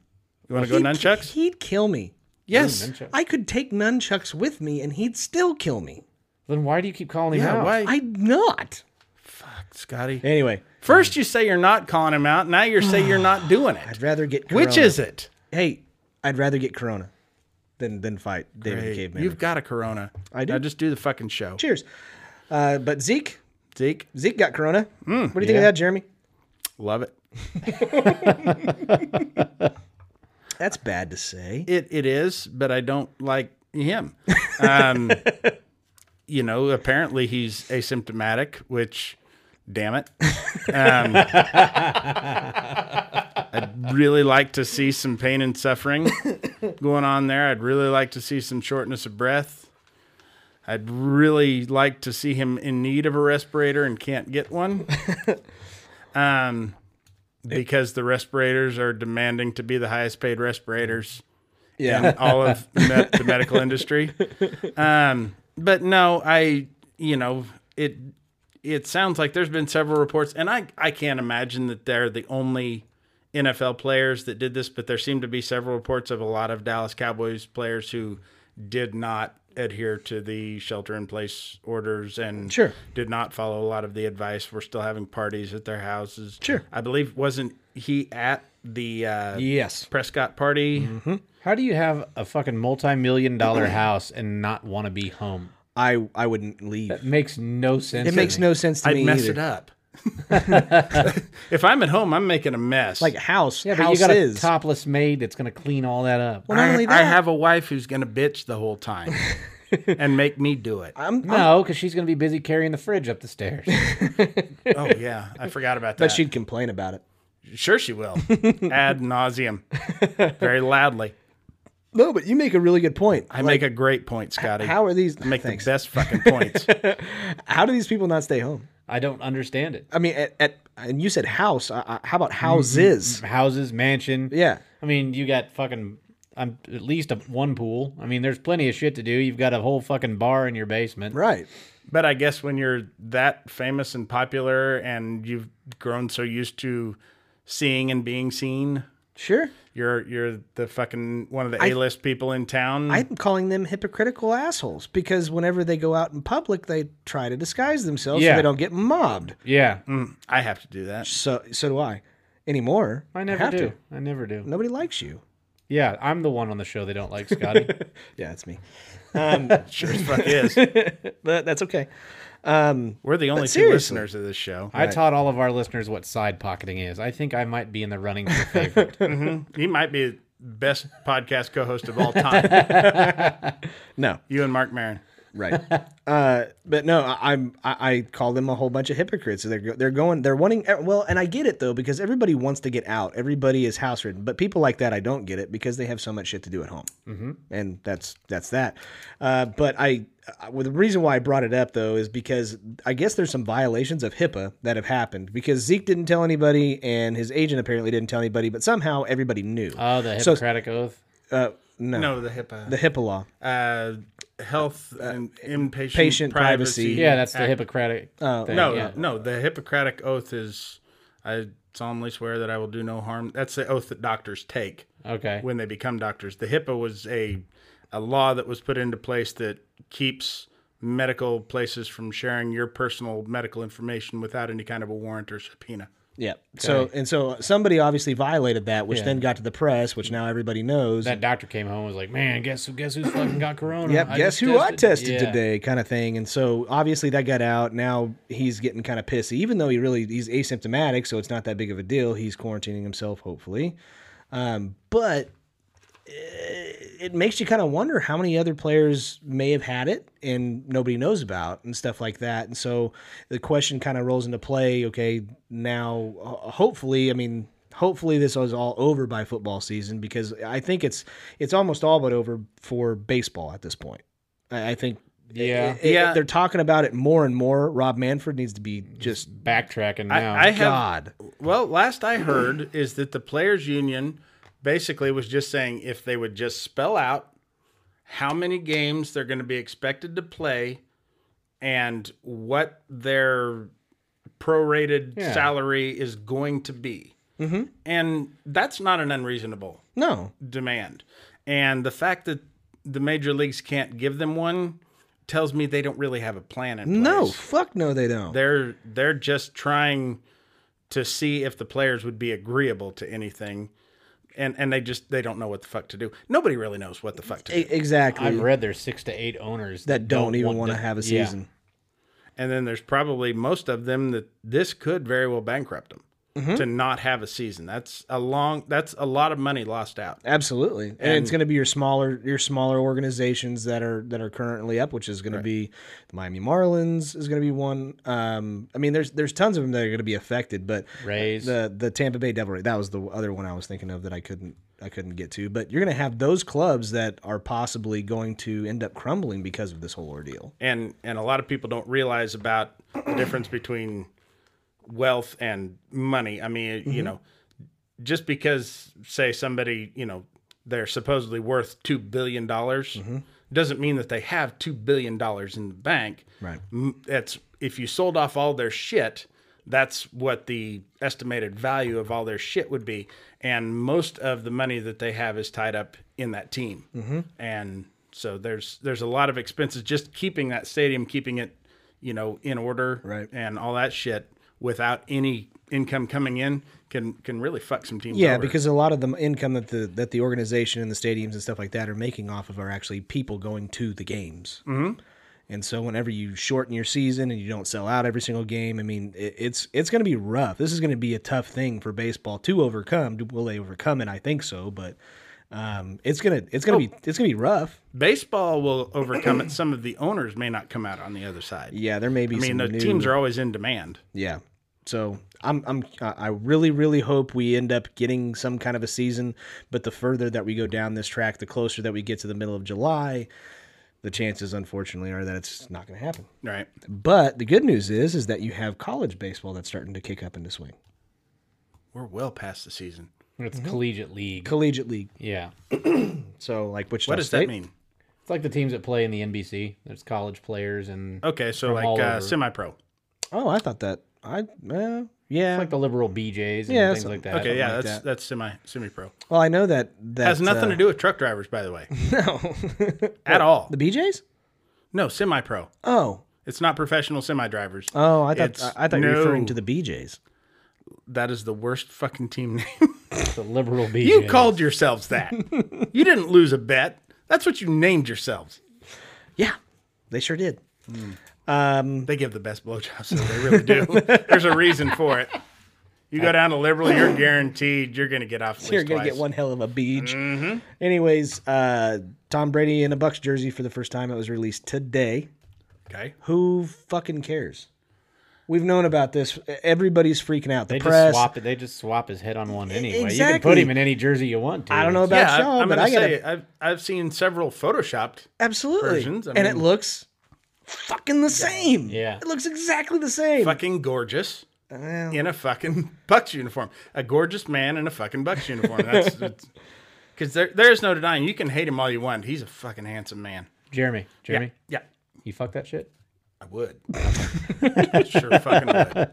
You want to go
He'd-
nunchucks?
He'd kill me.
Mm,
Yes.
I could take nunchucks with me, and he'd still kill me.
then why do you keep calling him
Yeah.
out?
Why,
I'm not.
Scotty?
Anyway,
First you say you're not calling him out. Now you say you're not doing it.
I'd rather get corona.
Which is it?
Hey, I'd rather get corona than than fight David the
Hey,
Caveman.
you've got a Corona. I
do.
Now just do the fucking show.
Cheers. Uh, but Zeke,
Zeke,
Zeke got corona. what
Mm.
do you think of that, Jeremy?
love it.
That's bad to say.
It it is, but I don't like him. Um, you know, apparently he's asymptomatic, which, damn it. Um, I'd really like to see some pain and suffering going on there. I'd really like to see some shortness of breath. I'd really like to see him in need of a respirator and can't get one. um, because the respirators are demanding to be the highest paid respirators
Yeah.
in all of the, med- the medical industry. Um, but no, I you know it it sounds like there's been several reports, and I I can't imagine that they're the only NFL players that did this, but there seem to be several reports of a lot of Dallas Cowboys players who did not adhere to the shelter in place orders and
Sure.
did not follow a lot of the advice. We're still having parties at their houses.
Sure.
I believe wasn't he at the uh,
Yes. Mm-hmm.
Prescott party?
How do you have a fucking multi-million dollar house and not want to be home?
I I wouldn't leave.
It makes no sense.
It makes no sense to
I'd
me
mess
either.
it up. if I'm at home, I'm making a mess.
Like house,
Yeah, but
house
you got
is.
a topless maid that's going to clean all that up.
well, not
I,
only
I
that,
have a wife who's gonna bitch the whole time and make me do it.
I'm, I'm-
No, because she's going to be busy carrying the fridge up the stairs.
oh yeah, I forgot about that.
but she'd complain about it.
sure she will ad nauseum, very loudly.
No, but you make a really good point.
I make a great point, Scotty.
How are these?
I make
thanks.
the best fucking points.
How do these people not stay home?
I don't understand it.
I mean, at, at and you said house. Uh, uh, how about
Mm-hmm.
houses?
Houses, mansion.
Yeah,
I mean, you got fucking um, at least a, one pool. I mean, there's plenty of shit to do. You've got a whole fucking bar in your basement.
right.
But I guess when you're that famous and popular, and you've grown so used to seeing and being seen,
Sure.
you're you're the fucking one of the A-list people in town.
I'm calling them hypocritical assholes because whenever they go out in public, they try to disguise themselves so
Yeah.
they don't get mobbed.
Yeah.
Mm.
I have to do that.
So so do I. Anymore,
I never
have
do.
to.
I never do.
Nobody likes you.
Yeah, I'm the one on the show they don't like, Scotty.
Yeah, it's me.
Sure as fuck is.
But that's okay.
We're the only two
seriously.
listeners of this show.
I taught all of our listeners what side pocketing is. I think I might be in the running for favorite.
He might be the best podcast co-host of all time.
No,
you and Mark Marin.
right. uh, but no, I, I'm I, I call them a whole bunch of hypocrites. So they're go- they're going they're wanting eh, well, and I get it though because everybody wants to get out. Everybody is house ridden, but people like that I don't get it because they have so much shit to do at home, mm-hmm. and that's that's that. Uh, but I uh, well, the reason why I brought it up though is because I guess there's some violations of HIPAA that have happened because Zeke didn't tell anybody and his agent apparently didn't tell anybody, but somehow everybody knew.
Oh, the
So-
Hippocratic Oath.
uh, no,
No, the HIPAA.
the HIPAA law.
uh, health and inpatient
patient
privacy.
privacy.
Yeah, that's the
Act.
Hippocratic.
Oh.
thing,
No,
yeah.
no, the Hippocratic oath is I solemnly swear that I will do no harm. That's the oath that doctors take
Okay.
when they become doctors. The HIPAA was a a law that was put into place that keeps medical places from sharing your personal medical information without any kind of a warrant or subpoena.
Yeah. So and so somebody obviously violated that, which
Yeah.
then got to the press, which now everybody knows.
That doctor came home and was like, "Man, guess who? Guess who's fucking got corona?
Yep.
I
guess
just
who I tested
Yeah.
today, kind of thing. And so obviously that got out. Now he's getting kind of pissy, even though he really he's asymptomatic, so it's not that big of a deal. He's quarantining himself, hopefully. Um, but eh, it makes you kind of wonder how many other players may have had it and nobody knows about and stuff like that. And so the question kind of rolls into play. Okay, now ho- hopefully, I mean. Hopefully this is all over by football season because I think it's it's almost all but over for baseball at this point. I, I think.
Yeah.
Yeah.
yeah. They're talking about it more and more. Rob Manfred needs to be just
Backtracking
I,
now.
I have
God.
Well, last I heard is that the players' union basically was just saying if they would just spell out how many games they're going to be expected to play and what their prorated
Yeah.
salary is going to be. Mm-hmm. And that's not an unreasonable
No.
demand. And the fact that the major leagues can't give them one tells me they don't really have a plan in place
No. Fuck no, they don't.
they're they're just trying to see if the players would be agreeable to anything and and they just they don't know what the fuck to do nobody really knows what the fuck to
E-
do
exactly.
I've read there's six to eight owners
that don't, even want to
to-
have a
Yeah.
season.
and then there's probably most of them that this could very well bankrupt them to not have a season that's a long that's a lot of money lost out
Absolutely, and, it's going to be your smaller your smaller organizations that are that are currently up, which is going to be the Miami Marlins is going to be one. Um, I mean, there's there's tons of them that are going to be affected, but
Rays.
the the Tampa Bay Devil Rays that was the other one I was thinking of that I couldn't I couldn't get to, but you're going to have those clubs that are possibly going to end up crumbling because of this whole ordeal.
and and a lot of people don't realize about the difference between wealth and money i mean you know just because say somebody you know they're supposedly worth 2 billion dollars doesn't mean that they have 2 billion dollars in the bank
Right.
M- that's if you sold off all their shit that's what the estimated value of all their shit would be and most of the money that they have is tied up in that team
Mm-hmm.
and so there's there's a lot of expenses just keeping that stadium keeping it you know in order
Right.
and all that shit without any income coming in can can really fuck some teams
Yeah,
over.
because a lot of the income that the that the organization and the stadiums and stuff like that are making off of are actually people going to the games. Mm-hmm. And so whenever you shorten your season and you don't sell out every single game, I mean, it, it's it's going to be rough. This is going to be a tough thing for baseball to overcome. Do- Will they overcome it? I think so, but um, it's gonna it's gonna be it's gonna be rough.
baseball will overcome it some of the owners may not come out on the other side
Yeah, there may be.
i mean
some
the
new,
teams are always in demand
Yeah. So I'm I'm I I really really hope we end up getting some kind of a season, but the further that we go down this track, the closer that we get to the middle of July, the chances unfortunately are that it's not going to happen.
right
But the good news is is that you have college baseball that's starting to kick up into swing.
we're well past the season
It's collegiate league.
Collegiate league.
yeah,
So like Wichita
what does
State.
that mean
it's like the teams that play in the NBC. There's college players and
okay so
all
like uh,
over.
semi-pro
Oh, I thought that I uh, yeah.
like the liberal BJs and
Yeah,
things
some-
like that.
okay yeah that's
that.
that's semi semi-pro
well, I know that that
has nothing to do with truck drivers by the way
No.
at all
uh, the BJs?
no semi-pro
Oh.
it's not professional semi drivers.
Oh, I thought
It's-
I, I thought you were
no.
referring to the BJs.
That is the worst fucking team name.
the liberal BJs.
you called yourselves that. you didn't lose a bet. That's what you named yourselves.
Yeah. They sure did.
They give the best blowjobs, so they really do. There's a reason for it. You go down to liberal, you're guaranteed you're going to get off. At
You're
least
gonna get
twice. Mm-hmm.
one hell of a beach. Anyways, uh, Tom Brady in a Bucks jersey for the first time. It was released today.
Okay.
Who fucking cares? We've known about this. Everybody's freaking out. The
They
press.
just swap it. They just swap his head on one anyway. You can put
exactly.
him in any jersey you want to.
I don't know about
Yeah,
y'all,
I'm
but
going
I
to
gotta
say I've I've seen several photoshopped.
absolutely.
versions, I
and it
mean-
looks fucking the same.
Yeah.
It looks exactly the same.
Fucking gorgeous
Well,
in a fucking Bucks uniform. A gorgeous man in a fucking Bucks uniform. That's because there there is no denying you can hate him all you want. He's a fucking handsome man.
Jeremy, Jeremy,
Yeah,
you fuck that shit.
I would. sure fucking would.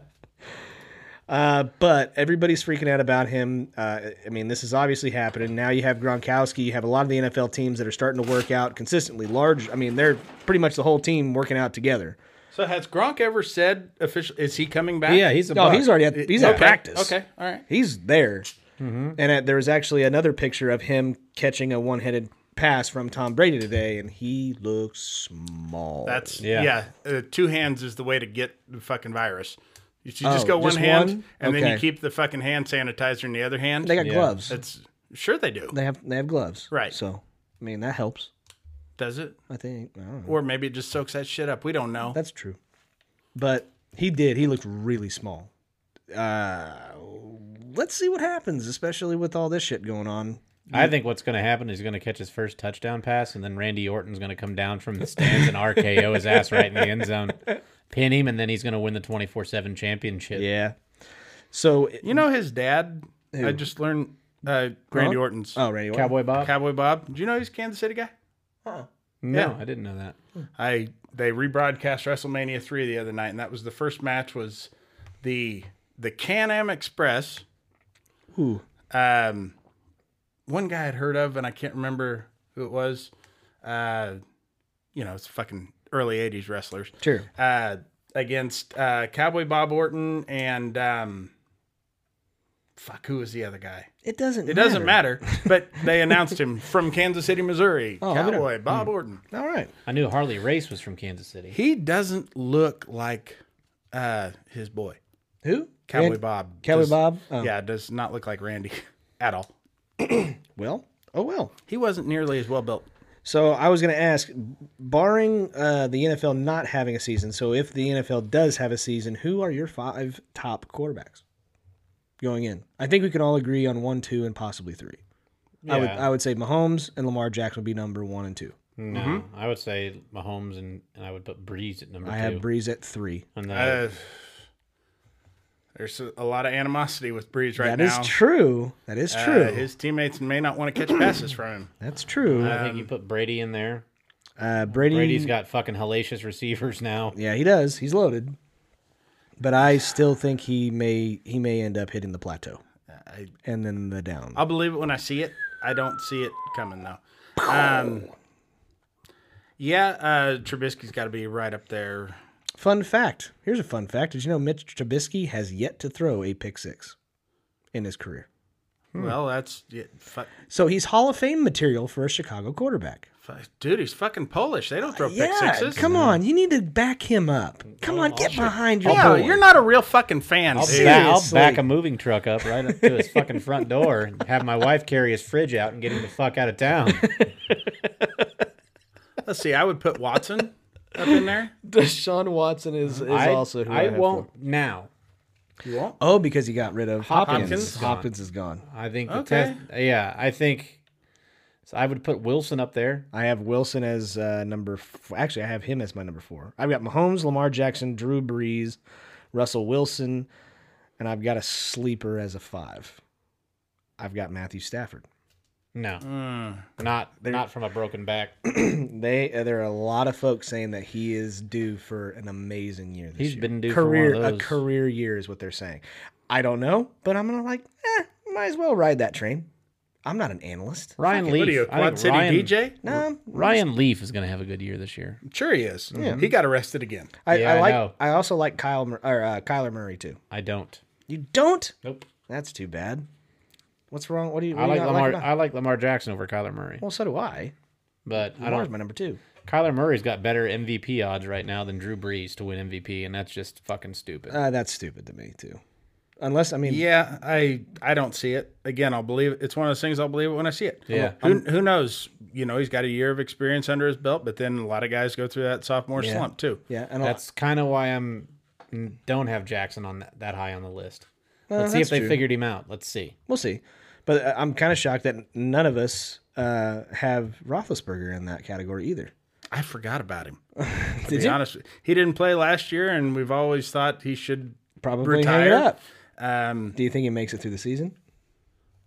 Uh, but everybody's freaking out about him. Uh, I mean, this is obviously happening. Now you have Gronkowski. You have a lot of the NFL teams that are starting to work out consistently. Large. I mean, they're pretty much the whole team working out together.
So has Gronk ever said official? Is he coming back? Uh,
Yeah, he's a
Oh,
buck.
he's already at, he's at
Okay,
practice.
Okay, all right.
He's there.
Mm-hmm.
And uh, there was actually another picture of him catching a one-headed pass from Tom Brady today, and he looks small.
That's yeah.
Yeah.
uh, two hands is the way to get the fucking virus. You should just
Oh,
go one
just
hand,
one?
and then you
Okay.
keep the fucking hand sanitizer in the other hand.
they got gloves.
That's sure they do.
They have they have gloves.
Right.
So I mean that helps.
Does it?
I think. I don't know.
Or maybe it just soaks that shit up. We don't know.
That's true. But he did. He looked really small. Uh, let's see what happens, especially with all this shit going on.
I think what's going to happen is he's going to catch his first touchdown pass, and then Randy Orton's going to come down from the stands and RKO his ass right in the end zone, pin him, and then he's going to win the twenty four seven championship.
Yeah. So
you know his dad. I just learned uh, Randy
Gronk?
Orton's
oh, Randy Orton.
Cowboy Bob.
Cowboy Bob. Do you know he's a Kansas City guy?
no,
yeah.
I didn't know that.
I they rebroadcast WrestleMania three the other night, and that was the first match was the the Can Am Express.
Ooh.
um, one guy I'd heard of, and I can't remember who it was. Uh, you know, it's fucking early '80s wrestlers.
Sure.
Uh, against uh, Cowboy Bob Orton and um, fuck, who was the other guy?
It doesn't.
It doesn't matter. But they announced him from Kansas City, Missouri.
Oh, I'm gonna-
Cowboy Bob Orton.
All right.
I knew Harley Race was from Kansas City.
Hmm. He doesn't look like uh, his boy
Who?
Cowboy
Rand-
Bob.
Cowboy
does-
Bob. Oh.
Yeah, does not look like Randy at all.
Well. Oh well.
He wasn't nearly as well built.
So I was going to ask, barring uh, the NFL not having a season, so if the NFL does have a season, who are your five top quarterbacks going in? I think we can all agree on one, two, and possibly three. I would
Yeah.
I would say Mahomes and Lamar Jackson would be number one and two.
No,
Mm-hmm.
Um, I would say Mahomes, and, and I would put Breeze at number
I
two.
have Breeze at three.
and the,
Uh, there's a, a lot of animosity with Breeze right
That is
now.
true. That is
Uh,
true.
his uh, teammates may not want to catch passes from him.
That's true.
I think you put Brady in there.
Uh, Brady.
Brady's got fucking hellacious receivers now.
yeah, he does. He's loaded. But I still think he may he may end up hitting the plateau
Uh,
and then the down.
I'll believe it when I see it. I don't see it coming though. Um, yeah, uh, Trubisky's got to be right up there.
Fun fact. Here's a fun fact. Did you know Mitch Trubisky has yet to throw a pick six in his career? Hmm.
Well, that's yeah, fuck,
So he's Hall of Fame material for a Chicago quarterback.
fuck, dude. He's fucking Polish. They don't throw pick
yeah,
sixes.
come on. You need to back him up. Come on, get behind your
yeah,
boy.
Oh, you're not a real fucking fan.
I'll,
dude.
ba- I'll
Seriously.
back a moving truck up right up to his fucking front door and have my wife carry his fridge out and get him the fuck out of town.
Let's see. I would put Watson up in there.
Deshaun Watson is, is
I, I won't now.
You won't?
Oh, because he got rid of
Hopkins
Hopkins.
is
Hopkins,
gone.
is gone.
I think the
Okay.
test, yeah, I think so I would put Wilson up there.
I have Wilson as uh, number. F- Actually, I have him as my number four. I've got Mahomes, Lamar Jackson, Drew Brees, Russell Wilson, and I've got a sleeper as a five. I've got Matthew Stafford.
No.
Mm.
Not not from a broken back.
They uh, there are a lot of folks saying that he is due for an amazing year. This
He's
year.
been due for one
career
of
a
those.
career year is what they're saying. I don't know, but I'm gonna like eh, might as well ride that train. I'm not an analyst.
Ryan
What are
Leaf.
you, a
I think
Quad City
Ryan,
DJ?
No,
Ryan Leaf is going to have a good year this year.
Sure, he is.
Mm-hmm.
He got arrested again.
I,
Yeah, I
I like.
know.
I also like Kyle Mur- or uh, Kyler Murray too.
I don't.
You don't?
Nope.
That's too bad. What's wrong? What do you? What
I
do you
like
not
Lamar.
about-
I like Lamar Jackson over Kyler Murray,
well, so do I.
but I
Lamar's
don't.
my number two.
Kyler Murray's got better MVP odds right now than Drew Brees to win MVP, and that's just fucking stupid.
Uh, that's stupid to me too. Unless I mean,
Yeah, I I don't see it. Again, I'll believe it. it's one of those things I'll believe it when I see it.
Yeah.
Who, who knows? You know, he's got a year of experience under his belt, but then a lot of guys go through that sophomore slump too.
yeah, and
that's kind of why I'm don't have Jackson on that, that high on the list. Let's
Uh,
see if
that's
they
true.
figured him out. Let's see.
we'll see. But uh, I'm kind of shocked that none of us uh, have Roethlisberger in that category either.
I forgot about him. To
Did
be
you?
honest, with you. he didn't play last year, and we've always thought he should
Probably hang it
retire.
up.
Um,
Do you think he makes it through the season?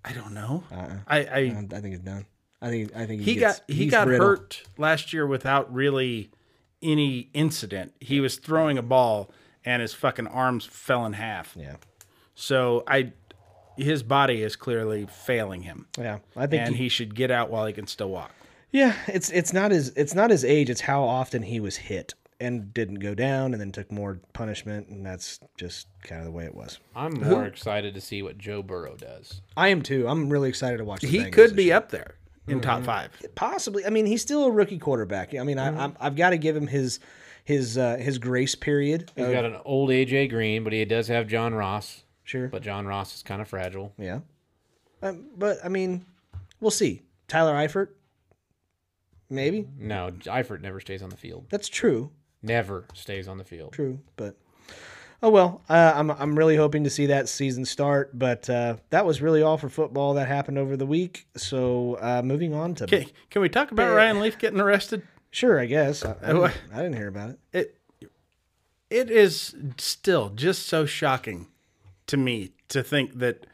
I don't know. I, I
I I think he's done. I think I think Uh-uh. he,
he
gets,
got he
he's
got
brittle.
hurt last year without really any incident. He was throwing a ball and his fucking arms fell in half.
Yeah,
So I his body is clearly failing him.
yeah. I think
And
he-
he should get out while he can still walk.
Yeah, it's it's not his it's not his age. It's how often he was hit and didn't go down, and then took more punishment, and that's just kind of the way it was.
I'm more excited to see what Joe Burrow does.
I am too. I'm really excited to watch. The
He
Bengals
could
this
be
year.
up there in top 5.
possibly. I mean, he's still a rookie quarterback. I mean, I, I'm, I've got to give him his his uh, his grace period.
He's
Uh,
got an old AJ Green, but he does have John Ross.
sure,
But John Ross is kind of fragile.
yeah. Um, but I mean, we'll see. Tyler Eifert, maybe
No, Eifert never stays on the field.
that's true.
Never stays on the field.
True, but oh well. Uh, I'm I'm really hoping to see that season start. But uh, that was really all for football that happened over the week. So uh, moving on to
Can, can we talk about Ryan Leaf getting arrested?
sure, I guess I, I,
wa-
didn't, I didn't hear about it.
It it is still just so shocking to me to think that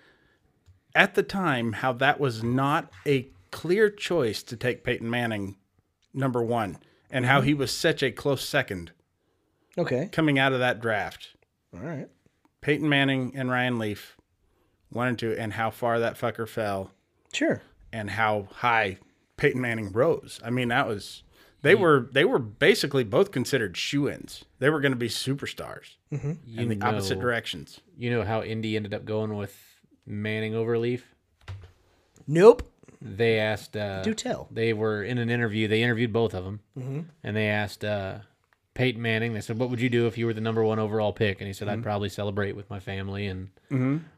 at the time how that was not a clear choice to take Peyton Manning number 1 and how he was such a close second
Okay,
coming out of that draft.
all right.
Peyton Manning and Ryan Leaf, one and two, and how far that fucker fell
Sure.
and how high Peyton Manning rose. I mean, that was
Mm.
they were they were basically both considered shoe ins. They were going to be superstars
You
in the
know,
opposite directions.
You know how Indy ended up going with Manning over Leaf?
Nope.
They asked. Uh,
Do tell.
They were in an interview. They interviewed both of them, and they asked uh, Peyton Manning. They said, "What would you do if you were the number one overall pick?" And he said, "I'd probably celebrate with my family." And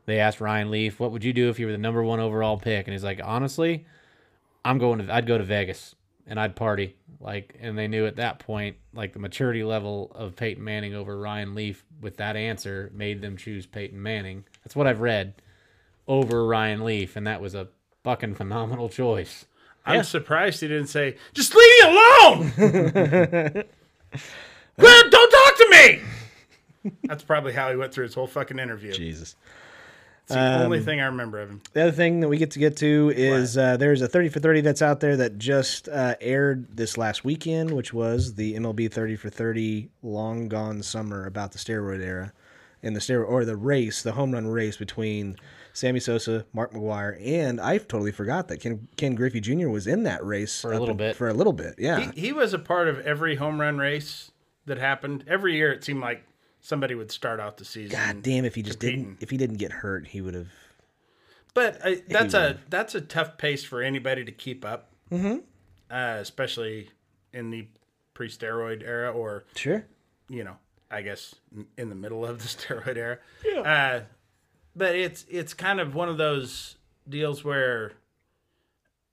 they asked Ryan Leaf, "What would you do if you were the number one overall pick?" And he's like, "Honestly, I'm going to. I'd go to Vegas and I'd party." Like, and they knew at that point, like the maturity level of Peyton Manning over Ryan Leaf with that answer made them choose Peyton Manning. That's what I've read over Ryan Leaf, and that was a fucking phenomenal choice.
I'm surprised he didn't say, "Just leave me alone." Quit! Don't talk to me. That's probably how he went through his whole fucking interview.
Jesus.
It's the
Um,
only thing I remember of him.
The other thing that we get to get to is uh, there's a 30 for 30 that's out there that just uh, aired this last weekend, which was the MLB 30 for 30 long gone summer about the steroid era and the steroid or the race, the home run race between Sammy Sosa, Mark McGuire, and I've totally forgot that Ken, Ken Griffey Jr. was in that race for
a little bit.
For a little bit, yeah.
He, he was a part of every home run race that happened. Every year, it seemed like somebody would start out the season.
God damn, if he just
competing.
didn't, if he didn't get hurt, he would have.
But I, that's a that's a tough pace for anybody to keep up, mm-hmm. uh, especially in the pre-steroid era, or
Sure.
you know, I guess m- in the middle of the steroid era. Yeah. Uh, but it's it's kind of one of those deals where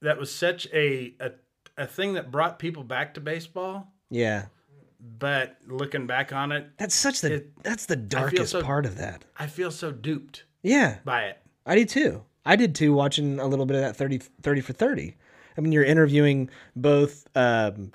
that was such a a, a thing that brought people back to baseball.
Yeah.
But looking back on it,
That's such the
It-
that's the darkest
so-
part of that.
I feel so duped
Yeah.
by it.
I did too. I did too, watching a little bit of that 30, 30 for 30. I mean, you're interviewing both um,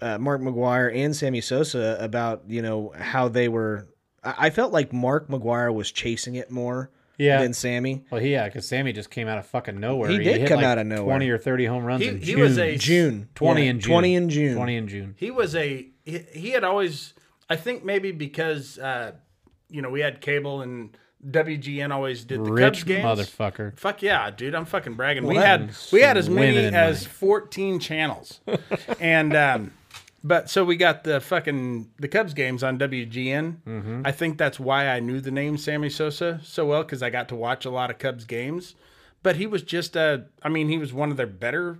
uh, Mark McGuire and Sammy Sosa about, you know, how they were. I, I felt like Mark McGuire was chasing it more
Yeah.
than Sammy.
Well, yeah, because Sammy just came out of fucking nowhere.
He did
hit
come
like
out of nowhere.
Twenty or thirty home runs.
He-
in
he was
June.
a-
June.
20
yeah,
in June.
20 in June.
twenty in June.
he was a he, he had always i think maybe because uh you know we had cable and wgn always did the
Rich
cubs games
motherfucker.
fuck yeah dude i'm fucking bragging we
Well,
had
that's
we had as many
winning,
as
Mike.
14 channels and um but so we got the fucking the cubs games on wgn
Mm-hmm.
i think that's why i knew the name sammy sosa so well because i got to watch a lot of cubs games but he was just a i mean he was one of their better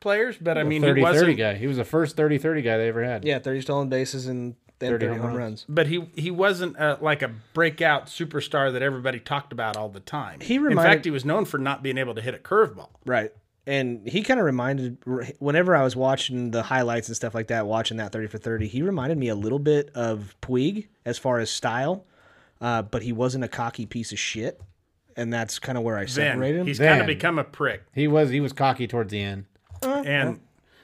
players but i mean he
30 30
wasn't
guy. He was the first 30 30 guy they ever had.
Yeah, 30 stolen bases and then 30, home runs.
but he he wasn't uh, like a breakout superstar that everybody talked about all the time.
He
in fact,
reminded-
he was known for not being able to hit a curveball.
Right. And he kind of reminded, whenever I was watching the highlights and stuff like that, watching that 30 for 30, he reminded me a little bit of Puig as far as style, uh, but he wasn't a cocky piece of shit. And that's kind of where I
Then
separate him.
he's kind of
Then.
become a prick,
Uh,
He was he was cocky towards the end.
and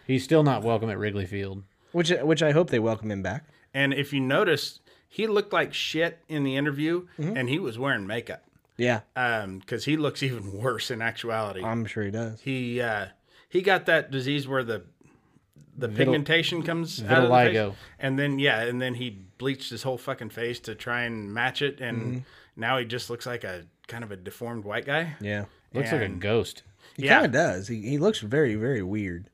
He's still not welcome at Wrigley Field.
which which I hope they welcome him back.
And if you notice, he looked like shit in the interview,
Mm-hmm.
and he was wearing makeup
Yeah,
because he looks even worse in actuality.
I'm sure he does.
he uh, he got that disease where the the pigmentation comes out of the
vitiligo.
face, and then yeah, and then he bleached his whole fucking face to try and match it, and
Mm-hmm.
now he just looks like a kind of a deformed white guy.
Yeah,
Looks like a
And-
ghost.
he
Yeah.
kind of does. He he looks very very weird.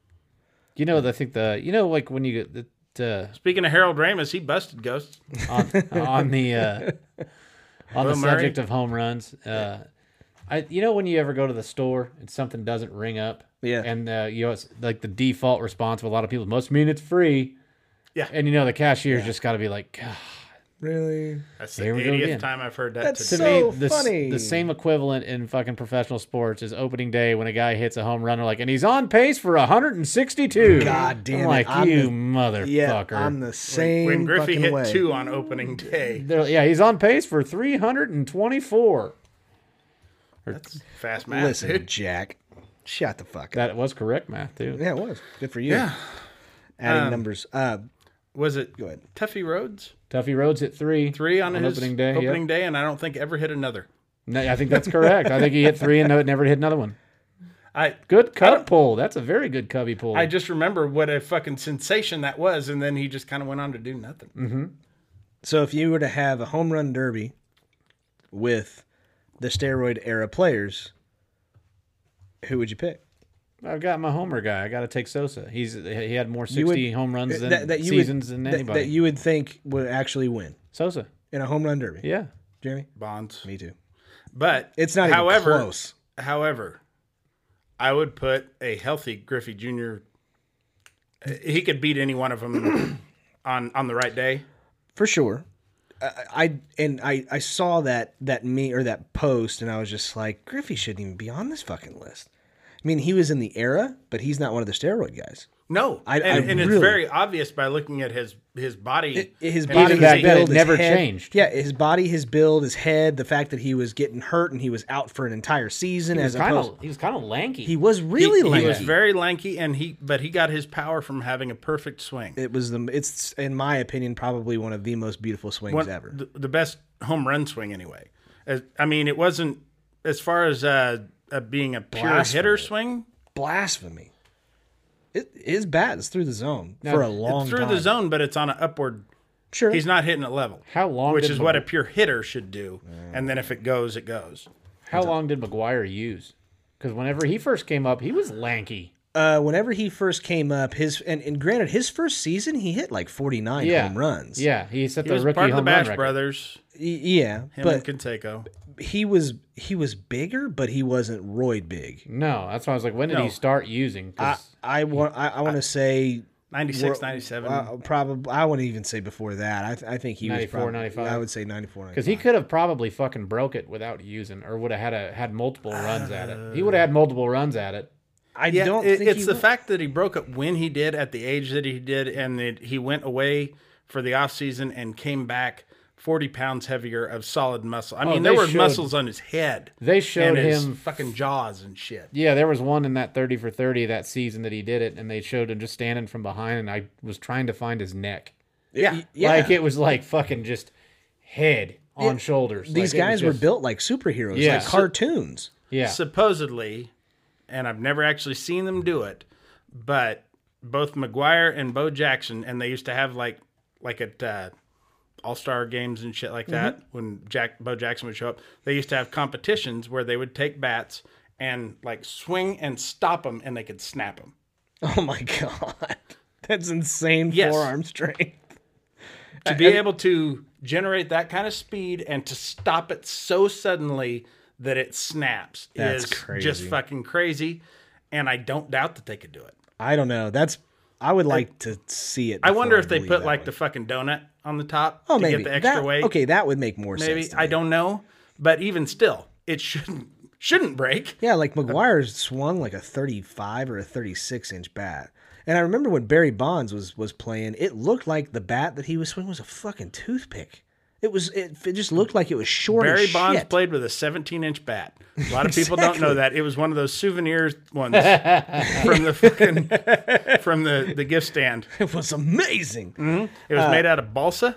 You know, I think the you know like when you get the
Speaking of Harold Ramis, he busted ghosts.
uh, on, on the uh, on
Bill
the
Murray?
subject of home runs. Uh, I you know when you ever go to the store and something doesn't ring up.
Yeah.
And uh, you know it's like the default response of a lot of people must mean it's free.
Yeah.
And you know the cashier's just got to be like, "God."
Really?
That's the
Here we go again.
eightieth time I've heard that.
That's
to
today.
So
me, the, s-
funny.
the same equivalent in fucking professional sports is opening day when a guy hits a home run, they're like, and he's on pace for 162.
God damn
I'm
it,
Like
I'm
you,
the- Yeah,
motherfucker.
I'm the same.
when Griffey
fucking
hit
way. Mm,
two on opening day.
They're- yeah, he's on pace for 324.
That's fast math.
Listen,
dude.
Jack, shut the fuck up.
That was correct math, dude.
Yeah, it was good for you.
Yeah. Um,
adding numbers. Uh,
Was it
Go ahead.
Tuffy Rhodes?
Tuffy Rhodes at three.
Three on, his
opening day.
Opening
yep.
day, and I don't think ever hit another.
No, I think that's correct. I think he hit three and no, never hit another one.
I
Good cub pull. That's a very good cubby pull.
I just remember what a fucking sensation that was, and then he just kind of went on to do nothing.
so if you were to have a home run derby with the steroid era players, who would you pick?
I've got my homer guy. I got to take Sosa. He's he had more
would-
sixty home runs than
that, that you
seasons
would,
than
that-
anybody.
That, you would think would actually win
Sosa.
in a home run derby.
Yeah.
Jeremy,
Bonds,
me too.
but
It's not
However,
even close.
however, I would put a healthy Griffey Jr. He could beat any one of them on on the right day.
for sure. I, I and I, I saw that that me or that post, and I was just like, Griffey shouldn't even be on this fucking list. I mean, he was in the era, but he's not one of the steroid guys.
No,
I-
and,
I
and it's
really-
very obvious by looking at his his body.
His
and
body,
even
his
back
build,
then, it
his
never
head-
changed.
Yeah, his body, his build, his head, the fact that he was getting hurt and he was out for an entire season as
Kinda-
opposed,
he was kind of lanky.
he was really
he
lanky.
was very lanky, and he but he got his power from having a perfect swing.
it was the it's in my opinion probably one of the most beautiful swings
One-
ever.
The, the best home run swing, anyway. As, I mean, it wasn't as far as uh, uh, being a pure
Blasphemy.
hitter swing
Blasphemy! It, his bat is through the zone for a long
it's through
time.
the zone, but it's on an upward.
Sure,
He's not hitting it level.
How long
Which
did
is
the-
what a pure hitter should do. And then if it goes, it goes.
How long did McGuire use? Because whenever he first came up, he was lanky.
uh, whenever he first came up, his and, and granted, his first season he hit like forty nine
Yeah.
home runs.
Yeah, he set
He
the
was
rookie
part of the
home run
Bash
record.
Brothers.
Y- yeah,
Him
but
and Canseco.
he was he was bigger, but he wasn't roid big.
No, that's why I was like, when did
No.
he start using? 'Cause-
I I want I, I want to say
96, 97.
uh, probably I wouldn't even say before that. I, th- I think he
94,
was probably,
95.
I would say 94,
Because he could have probably fucking broke it without using, or would have had a had multiple runs at it. He would have
Uh.
had multiple runs at it.
I
yeah,
don't
it-
think
it's
he
the
would.
fact that he broke up when he did at the age that he did, and that he went away for the offseason and came back 40 pounds heavier of solid muscle. I mean, there
they
were
showed-
muscles on his head.
They showed
and his
him-
fucking jaws and shit.
Yeah, there was one in that thirty for thirty that season that he did it, and they showed him just standing from behind, and I was trying to find his neck.
Yeah.
yeah.
Like it was like fucking just head on
Yeah.
shoulders.
These
Like, it was
guys were
just-
built like superheroes,
Yeah.
like cartoons.
Yeah,
Supposedly, and I've never actually seen them do it, but both McGuire and Bo Jackson, and they used to have like like at uh, All Star games and shit like that.
Mm-hmm.
When Jack Bo Jackson would show up, they used to have competitions where they would take bats and like swing and stop them, and they could snap them.
Oh my god, that's insane
Yes.
forearm strength.
To be able to generate that kind of speed and to stop it so suddenly that it snaps
That's
is just
crazy.
fucking crazy. And I don't doubt that they could do it.
I don't know. That's I would like to see it.
I wonder
before
if they
believe
put
that
like
one.
the fucking donut on the top
oh
to
maybe
get the extra
that,
weight.
Okay, that would make more
maybe
sense. to
I
me.
don't know, but even still, it shouldn't shouldn't break.
Yeah, like McGuire swung like a 35 or a 36 inch bat. And I remember when Barry Bonds was was playing, it looked like the bat that he was swinging was a fucking toothpick. It was. It, it just looked like it was short.
Barry
as
Bonds
shit.
played with a 17 inch bat. A lot of people don't know that. It was one of those souvenir ones from the fucking, from the, the gift stand.
It was amazing. Uh.
It was made out of balsa.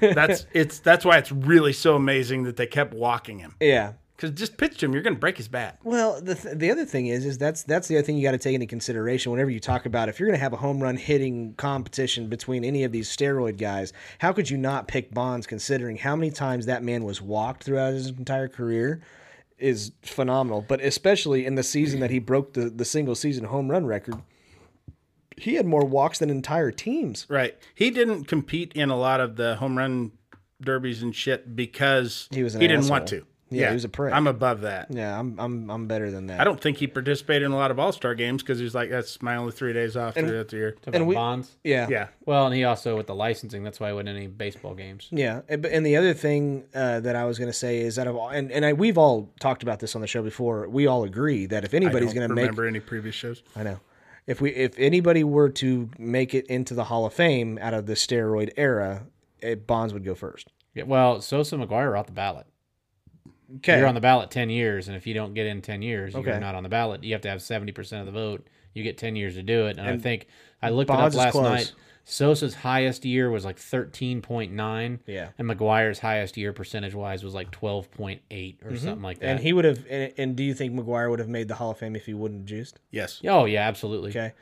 That's it's that's why it's really so amazing that they kept walking him.
Yeah.
Because just pitch him, you're going to break his bat.
Well, the, th- the other thing is, is that's that's the other thing you got to take into consideration whenever you talk about if you're going to have a home run hitting competition between any of these steroid guys. How could you not pick Bonds, considering how many times that man was walked throughout his entire career? Is phenomenal, but especially in the season that he broke the, the single season home run record, he had more walks than entire teams.
Right. He didn't compete in a lot of the home run derbies and shit because
He was an
didn't want to.
asshole. Yeah, he was a prick.
I'm above that.
Yeah, I'm I'm I'm better than that.
I don't think he participated in a lot of All Star games because he was like, "That's my only three days off throughout the year."
About
we-
Bonds.
Yeah,
Yeah,
Well, and he also with the licensing, that's why I wouldn't any baseball games.
Yeah, and but- and the other thing uh, that I was going to say is that of all, and and I, we've all talked about this on the show before. We all agree that if anybody's
I
going
don't
to make,
remember any previous shows.
I know, if we if anybody were to make it into the Hall of Fame out of the steroid era, it, Bonds would go first.
Yeah, well, Sosa and McGuire are off the ballot.
Okay,
You're on the ballot ten years, and if you don't get in ten years,
Okay.
you're not on the ballot. You have to have seventy percent of the vote. You get ten years to do it. And, I think I looked
Bonds
it
is
up last
close.
night. Sosa's highest year was like thirteen point nine.
Yeah.
And McGuire's highest year percentage wise was like twelve point eight or something like that.
Mm-hmm. and he would have. And, and do you think McGuire would have made the Hall of Fame if he wouldn't have juiced?
Yes.
Oh yeah, absolutely.
Okay,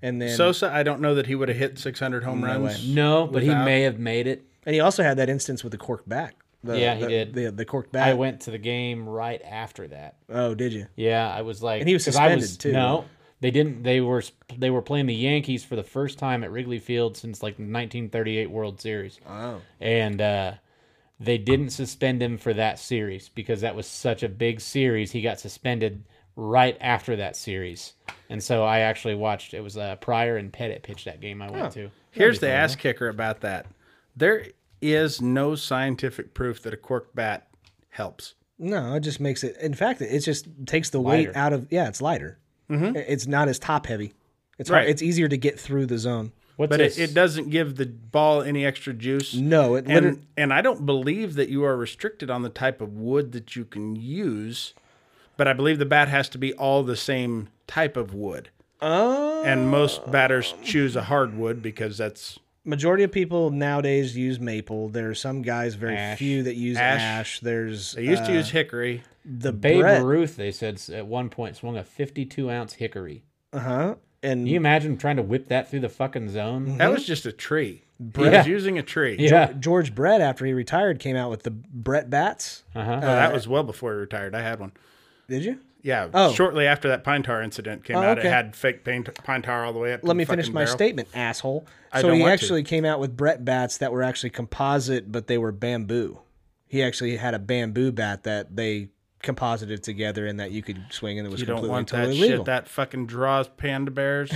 and then
Sosa, I don't know that he would have hit 600 home runs.
No, but he may have made it.
and he also had that instance with the cork back. The,
Yeah, he
the-
did.
The, the cork
I
back.
went to the game right after that.
oh, did you?
Yeah, I was like,
And he was
'cause I
suspended, too.
No, they didn't. They were they were playing the Yankees for the first time at Wrigley Field since like the 1938 World Series. Wow. And uh, they didn't suspend him for that series because that was such a big series. He got suspended right after that series, and so I actually watched. It was uh, Pryor and Pettit pitched that game. I went to.
Here's the ass kicker about that. There is no scientific proof that a cork bat helps.
No, it just makes it. In fact, it just takes the weight
Lighter.
out of. Yeah, it's lighter. I- It's not as top heavy. It's
Mm-hmm. Right.
hard, it's easier to get through the zone.
What's
But it,
this?
it doesn't give the ball any extra juice.
No, it literally.
and, and I don't believe that you are restricted on the type of wood that you can use, but I believe the bat has to be all the same type of wood.
Oh.
And most batters choose a hardwood because that's
Majority of people nowadays use maple. There are some guys, very
Ash.
few, that use ash.
Ash.
There's
they used
uh,
to use hickory.
the
Babe
Brett.
Ruth, they said s- at one point swung a 52 ounce hickory.
Uh huh. And
Can you imagine trying to whip that through the fucking zone?
That
Mm-hmm.
was just a tree. He
Yeah.
was using a tree.
Yeah.
George Brett, after he retired, came out with the Brett bats.
Uh-huh.
Oh, that was well before he retired. I had one.
Did you?
Yeah,
Oh.
shortly after that pine tar incident came
Oh,
out,
okay.
it had fake pine, pine tar all the way up. to
Let
the
me finish
fucking
my
barrel.
statement, asshole.
I
so
don't
he
want to.
actually came out with Brett bats that were actually composite, but they were bamboo. He actually had a bamboo bat that they composited together and that you could swing, and it was
You
completely
don't want that
totally
shit.
legal.
That fucking draws panda bears.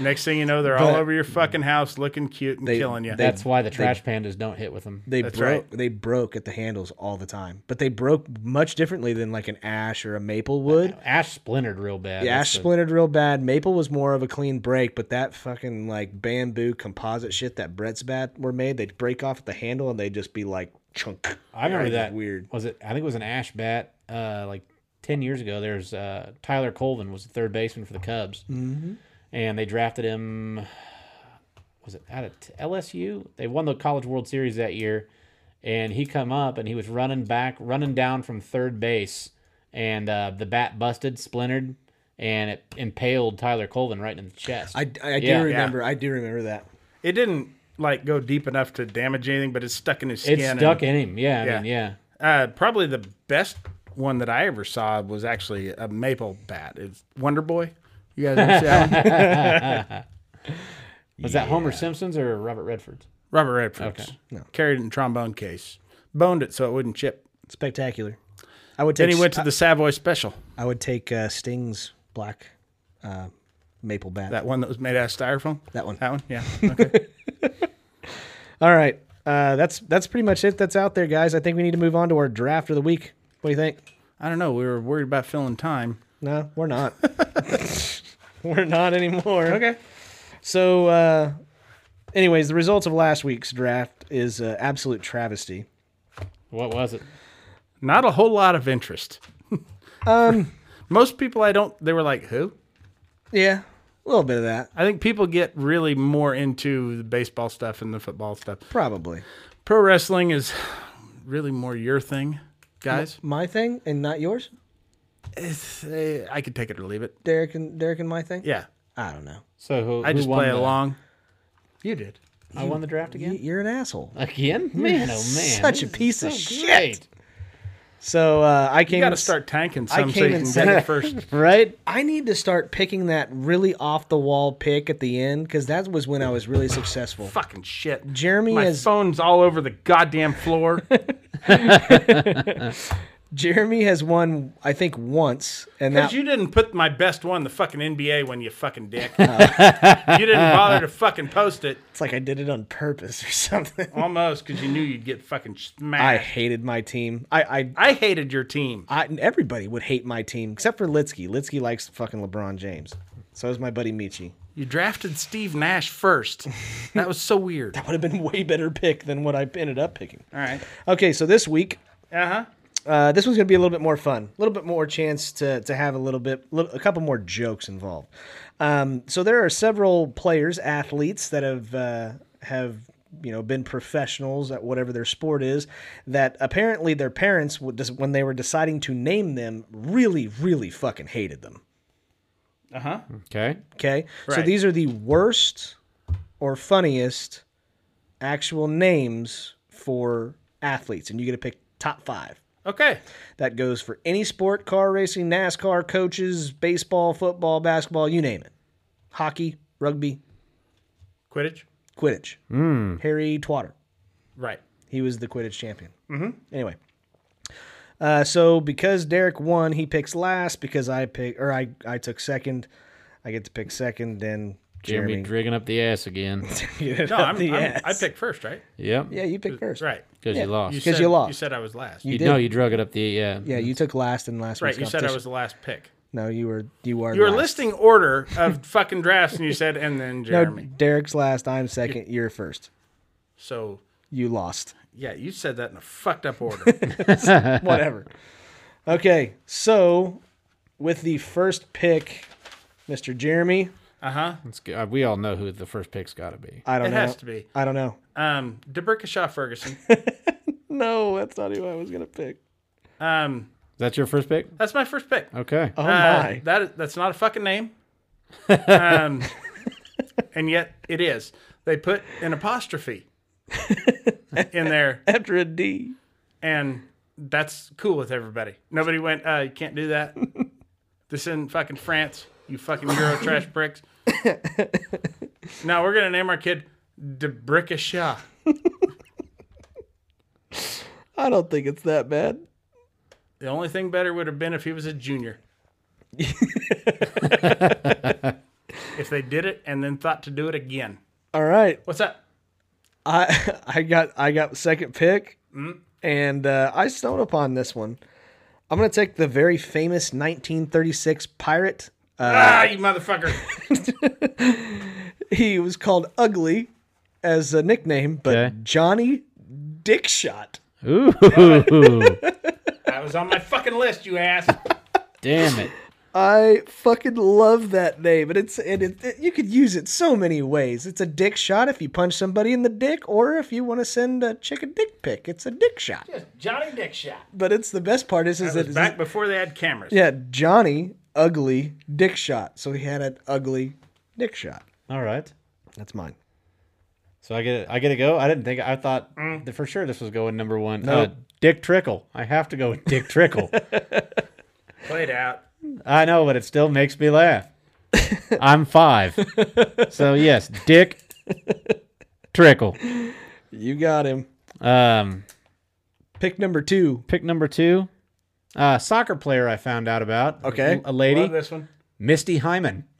Next thing you know, they're all
But-
over your fucking house, looking cute and
They-
killing you.
That's why the trash pandas don't hit with them.
they
That's
broke.
right.
They broke at the handles all the time, but they broke much differently than like an ash or a maple would.
Ash splintered real bad.
The
That's
ash
the-
splintered real bad. Maple was more of a clean break, but that fucking like bamboo composite shit that Brett's bat were made, they'd break off at the handle and they'd just be like chunk.
I remember
Right,
that.
weird.
Was it? I think it was an ash bat. Uh, like ten years ago. There's uh, Tyler Colvin was the third baseman for the Cubs, mm-hmm. and they drafted him. Was it out of t- LSU? They won the College World Series that year, and he come up and he was running back, running down from third base, and uh, the bat busted, splintered, and it impaled Tyler Colvin right in the chest.
I, I do
Yeah.
remember. I do remember that.
it didn't like go deep enough to damage anything, but it's stuck in his skin.
It's
and-
stuck in him. Yeah, I
Yeah.
mean, yeah.
Uh, probably the best one that I ever saw was actually a maple bat. It's Wonder Boy. You guys ever see that one?
Was that Homer Simpson's or Robert Redford's?
Robert Redford. Carried it in a trombone case. Boned it so it wouldn't chip.
Spectacular. I would take.
Then he went to the Savoy Special,
I would take uh, Sting's black uh, maple bat.
that one that was made out of styrofoam.
That one.
That one, yeah.
All right. Uh, that's that's pretty much it. That's out there, guys. I think we need to move on to our draft of the week. What do you think?
I don't know. We were worried about filling time.
No, we're not. we're not anymore. Okay. So uh, Anyways, the results of last week's draft is uh, absolute travesty.
What was it?
Not a whole lot of interest. um, most people I don't. They were like, who?
Yeah, a little bit of that,
I think people get really more into the baseball stuff and the football stuff.
probably.
Pro wrestling is really more your thing, guys.
My thing and not yours,
It's, eh, I could take it or leave it.
Derek and Derek and my thing.
Yeah,
I don't know.
So who,
I
who
just
won
play
the-
along. You did.
I won the draft
You,
again.
you're an asshole.
Again, man, oh man,
such a piece
this is
of
great.
So uh, I came.
You got to
in-
start tanking some so
came
you
in
can get the first.
right?
I need to start picking that really off the wall pick at the end because that was when I was really successful.
Fucking shit.
Jeremy
My
has
phone's all over the goddamn floor.
Jeremy has won, I think, once, and that
Because you didn't put my best one, the fucking NBA one, you fucking dick. you didn't bother to fucking post it
it's like I did it on purpose or something.
Oh, almost because you knew you'd get fucking
I
smashed.
hated my team. I, I,
I, hated your team.
I everybody would hate my team except for Litsky. Litsky likes fucking LeBron James. So is my buddy Michi.
You drafted Steve Nash first. That was so weird. All
Would have been way better pick than what I ended up picking.
right.
Okay, so this week
Uh huh.
Uh, this one's going to be a little bit more fun, a little bit more chance to, to have a little bit, little, a couple more jokes involved. Um, so there are several players, athletes that have uh, have you know been professionals at whatever their sport is. That apparently their parents, would just- when they were deciding to name them, really, really fucking hated them.
Okay,
Okay, so
Right.
these are the worst or funniest actual names for athletes, and you get to pick top five.
Okay.
That goes for any sport, car racing, NASCAR, coaches, baseball, football, basketball, you name it. Hockey, rugby,
Quidditch.
Quidditch.
Hmm.
Harry Twatter.
Right.
He was the Quidditch champion. Mm-hmm. Anyway. Uh, so because Derek won, he picks last. Because I pick or I, I took second, I get to pick second. Then
Jeremy
Jeremy,
drigging up the ass again.
No, I'm,
the
I'm, I
ass.
picked first, right?
Yep.
yeah, you picked first.
Right.
Because you lost.
you
said-
lost.
You said I was last.
You
did.
know you drug it up the uh,
Yeah, you took last in last
right.
week's
You said
competition.
I was the last pick.
no, you were you are
You were
last.
listing order of fucking drafts, and you said, and then
No,
Jeremy.
Derek's last. I'm second. You're first.
So
You lost.
yeah, you said that in a fucked up order.
whatever. Okay, so with the first pick, Mr. Jeremy,
It's g- uh, we all know who the first pick's got to be.
I don't
It
know.
has to be.
I don't know.
Um, Debrickashaw Ferguson.
No, that's not who I was gonna pick.
Um,
That's your first pick.
that's my first pick.
Okay.
Oh
Uh,
my!
that that's not a fucking name. Um, and yet it is. They put an apostrophe in there,
After a D.
and that's cool with everybody. Nobody went. Uh, you can't do that. This in fucking France. You fucking Euro trash bricks. now we're gonna name our kid Debrickashaw.
I don't think it's that bad.
The only thing better would have been if he was a junior. if they did it and then thought to do it again.
All right,
What's up?
I I got I got second pick,
Mm.
and uh, I stumbled upon this one. I'm gonna take the very famous 1936 pirate.
ah, you motherfucker.
He was called Ugly as a nickname, but
Okay.
Johnny Dickshot.
Ooh, Oh.
That was on my fucking list, you ass.
damn it.
I fucking love that name, and it's and it, it- you could use it so many ways. It's a dick shot if you punch somebody in the dick, or if you want to send a chick a dick pic, it's a dick shot.
Johnny Dickshot.
But it's the best part is is
That
that
was back before they had cameras.
yeah Johnny ugly dick shot, so he had an ugly dick shot.
All right.
That's mine.
So I get I get to go. I didn't think I thought
Mm.
that for sure this was going number one. Uh, Dick Trickle. I have to go with Dick Trickle.
Played out.
I know, but it still makes me laugh. I'm five, so yes, Dick Trickle.
You got him.
Um,
Pick number two.
pick number two, uh, soccer player I found out about.
Okay.
a
Love
lady,
this one.
Misty Hyman.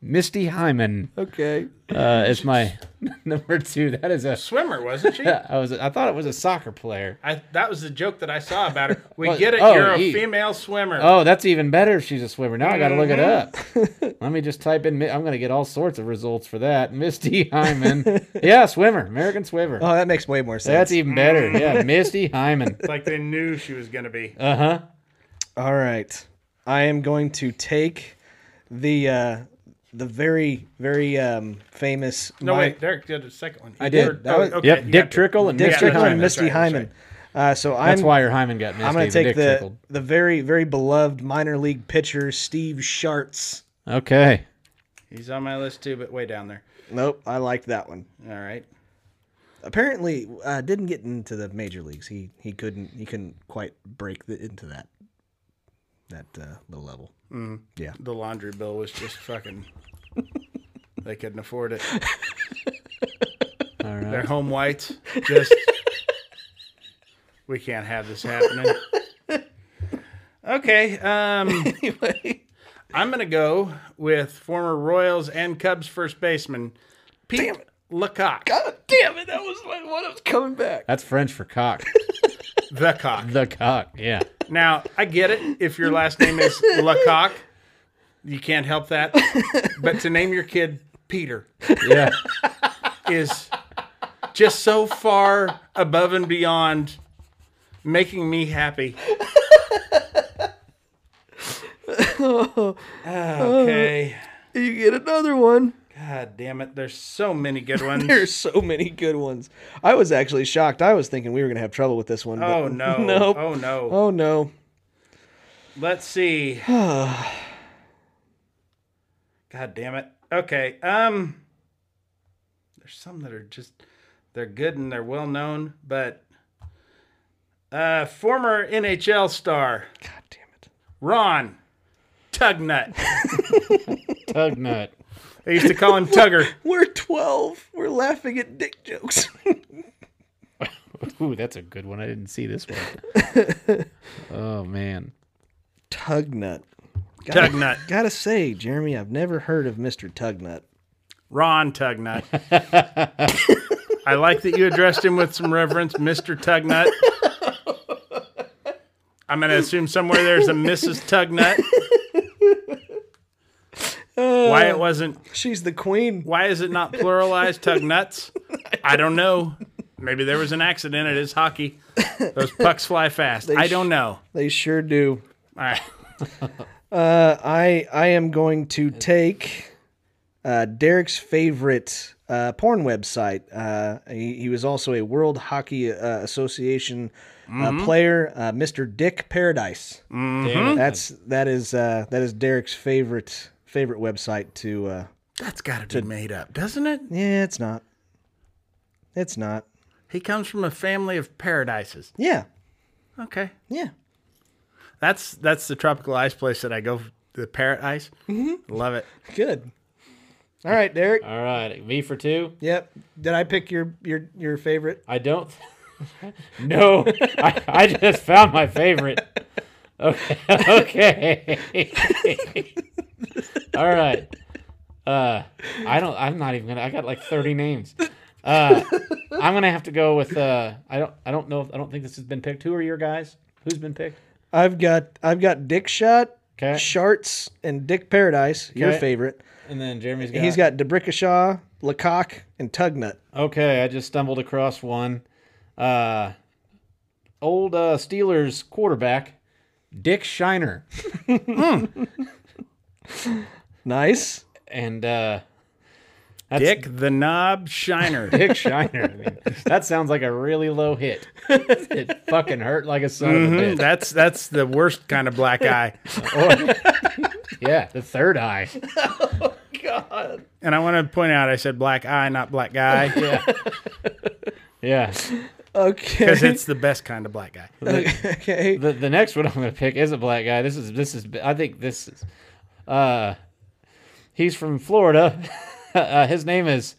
Misty Hyman
Okay.
uh, is my number two. That is a.
Swimmer, wasn't she?
I was. I thought it was a soccer player.
I, that was the joke that I saw about her. We
Well,
get it.
oh,
you're a
he-
female swimmer.
Oh, that's even better if she's a swimmer. Now I got to look it up.
Mm-hmm.
Let me just type in. Mi- I'm going to get all sorts of results for that. Misty Hyman. yeah, swimmer. American swimmer.
Oh, that makes way more sense.
that's e- even better.
mm.
Yeah, Misty Hyman.
Like they knew she was going to be.
Uh huh.
All right.
I am going to take the uh, the very very um, famous
No,
Mi-
wait. Derek did a second one. oh, I
did. That was-
Yep. Dick Trickle and
Dick
Misty
Trickle
Hyman.
and Misty
right, that's
Hyman. Uh, so I'm
That's why your Hyman got Misty.
I'm going to take
Dick
the
Trickled.
the very very beloved minor league pitcher Steve Sharts.
Okay.
He's on my list too, but way down there.
Nope, I liked that one.
All right.
Apparently, uh, didn't get into the major leagues. He he couldn't he couldn't quite break the, into that that uh, little level.
The laundry bill was just fucking. they couldn't afford it.
All right.
Their home whites just. we can't have this happening. Okay. Um, anyway, I'm gonna go with former Royals and Cubs first baseman Pete Lecoq.
Damn it, that was my one that was coming back.
That's French for cock.
The cock.
the cock. Yeah.
Now, I get it if your last name is Lecoq, you can't help that. But to name your kid Peter
Yeah.
is just so far above and beyond making me happy. Okay.
You get another one.
God damn it. There's so many good ones.
There's so many good ones. I was actually shocked. I was thinking we were going to have trouble with this one. but-
oh no.
Nope.
Oh no.
Oh, no.
Let's see. God damn it. Okay. Um there's some that are just they're good and they're well known, but uh former NHL star
God damn it.
Ron Tugnut.
Tug nut.
They used to call him Tugger.
We're 12. We're laughing at dick jokes.
Ooh, that's a good one. I didn't see this one. oh man.
Tugnut.
Tugnut.
Gotta say, Jeremy, I've never heard of Mr. Tugnut.
Ron Tugnut. I like that you addressed him with some reverence, Mr. Tugnut. I'm going to assume somewhere there's a Mrs. Tugnut. Why it wasn't?
She's the queen.
Why is it not pluralized Tugnuts? I don't know. Maybe there was an accident. It is hockey. Those pucks fly fast. I don't know.
They sure do.
All right.
I I am going to take uh, Derek's favorite uh, porn website. Uh, he, he was also a World Hockey uh, Association uh, player, uh, Mr. Dick Paradise.
Mm-hmm.
That's that is uh, that is Derek's favorite favorite website to. Uh,
That's got to be made up, doesn't it?
yeah, it's not. It's not.
He comes from a family of paradises.
Yeah,
Okay.
yeah.
That's that's the tropical ice place that I go. The parrot ice. Mm-hmm. Love it.
Good. All right, Derek.
All right. V for two.
Yep. Did I pick your your your favorite?
I don't. no, I, I just found my favorite. Okay. okay. All right. Uh, I don't. I'm not even gonna. I got like 30 names. Uh, I'm gonna have to go with. Uh, I don't. I don't know. If, I don't think this has been picked. Who are your guys? Who's been picked?
I've got I've got Dick Shot,
'Kay.
Sharts, and Dick Paradise. Your
'Kay.
favorite.
And then Jeremy's got.
He's got Debrickashaw, Lecoq, and Tugnut.
Okay, I just stumbled across one. Uh, old uh, Steelers quarterback, Dick Shiner.
Nice.
and uh that's
Dick the Knob Shiner.
Dick Shiner. I mean, that sounds like a really low hit. It fucking hurt like a son of a
Mhm,
Mm-hmm.
bitch.
that's that's the worst kind of black eye.
Yeah, the third eye.
And I want to point out, I said black eye, not black guy,
Yeah. Yeah.
Okay.
because it's the best kind of black guy.
okay.
The the next one I'm gonna pick is a black guy. This is this is I think this is uh he's from Florida. uh, his name is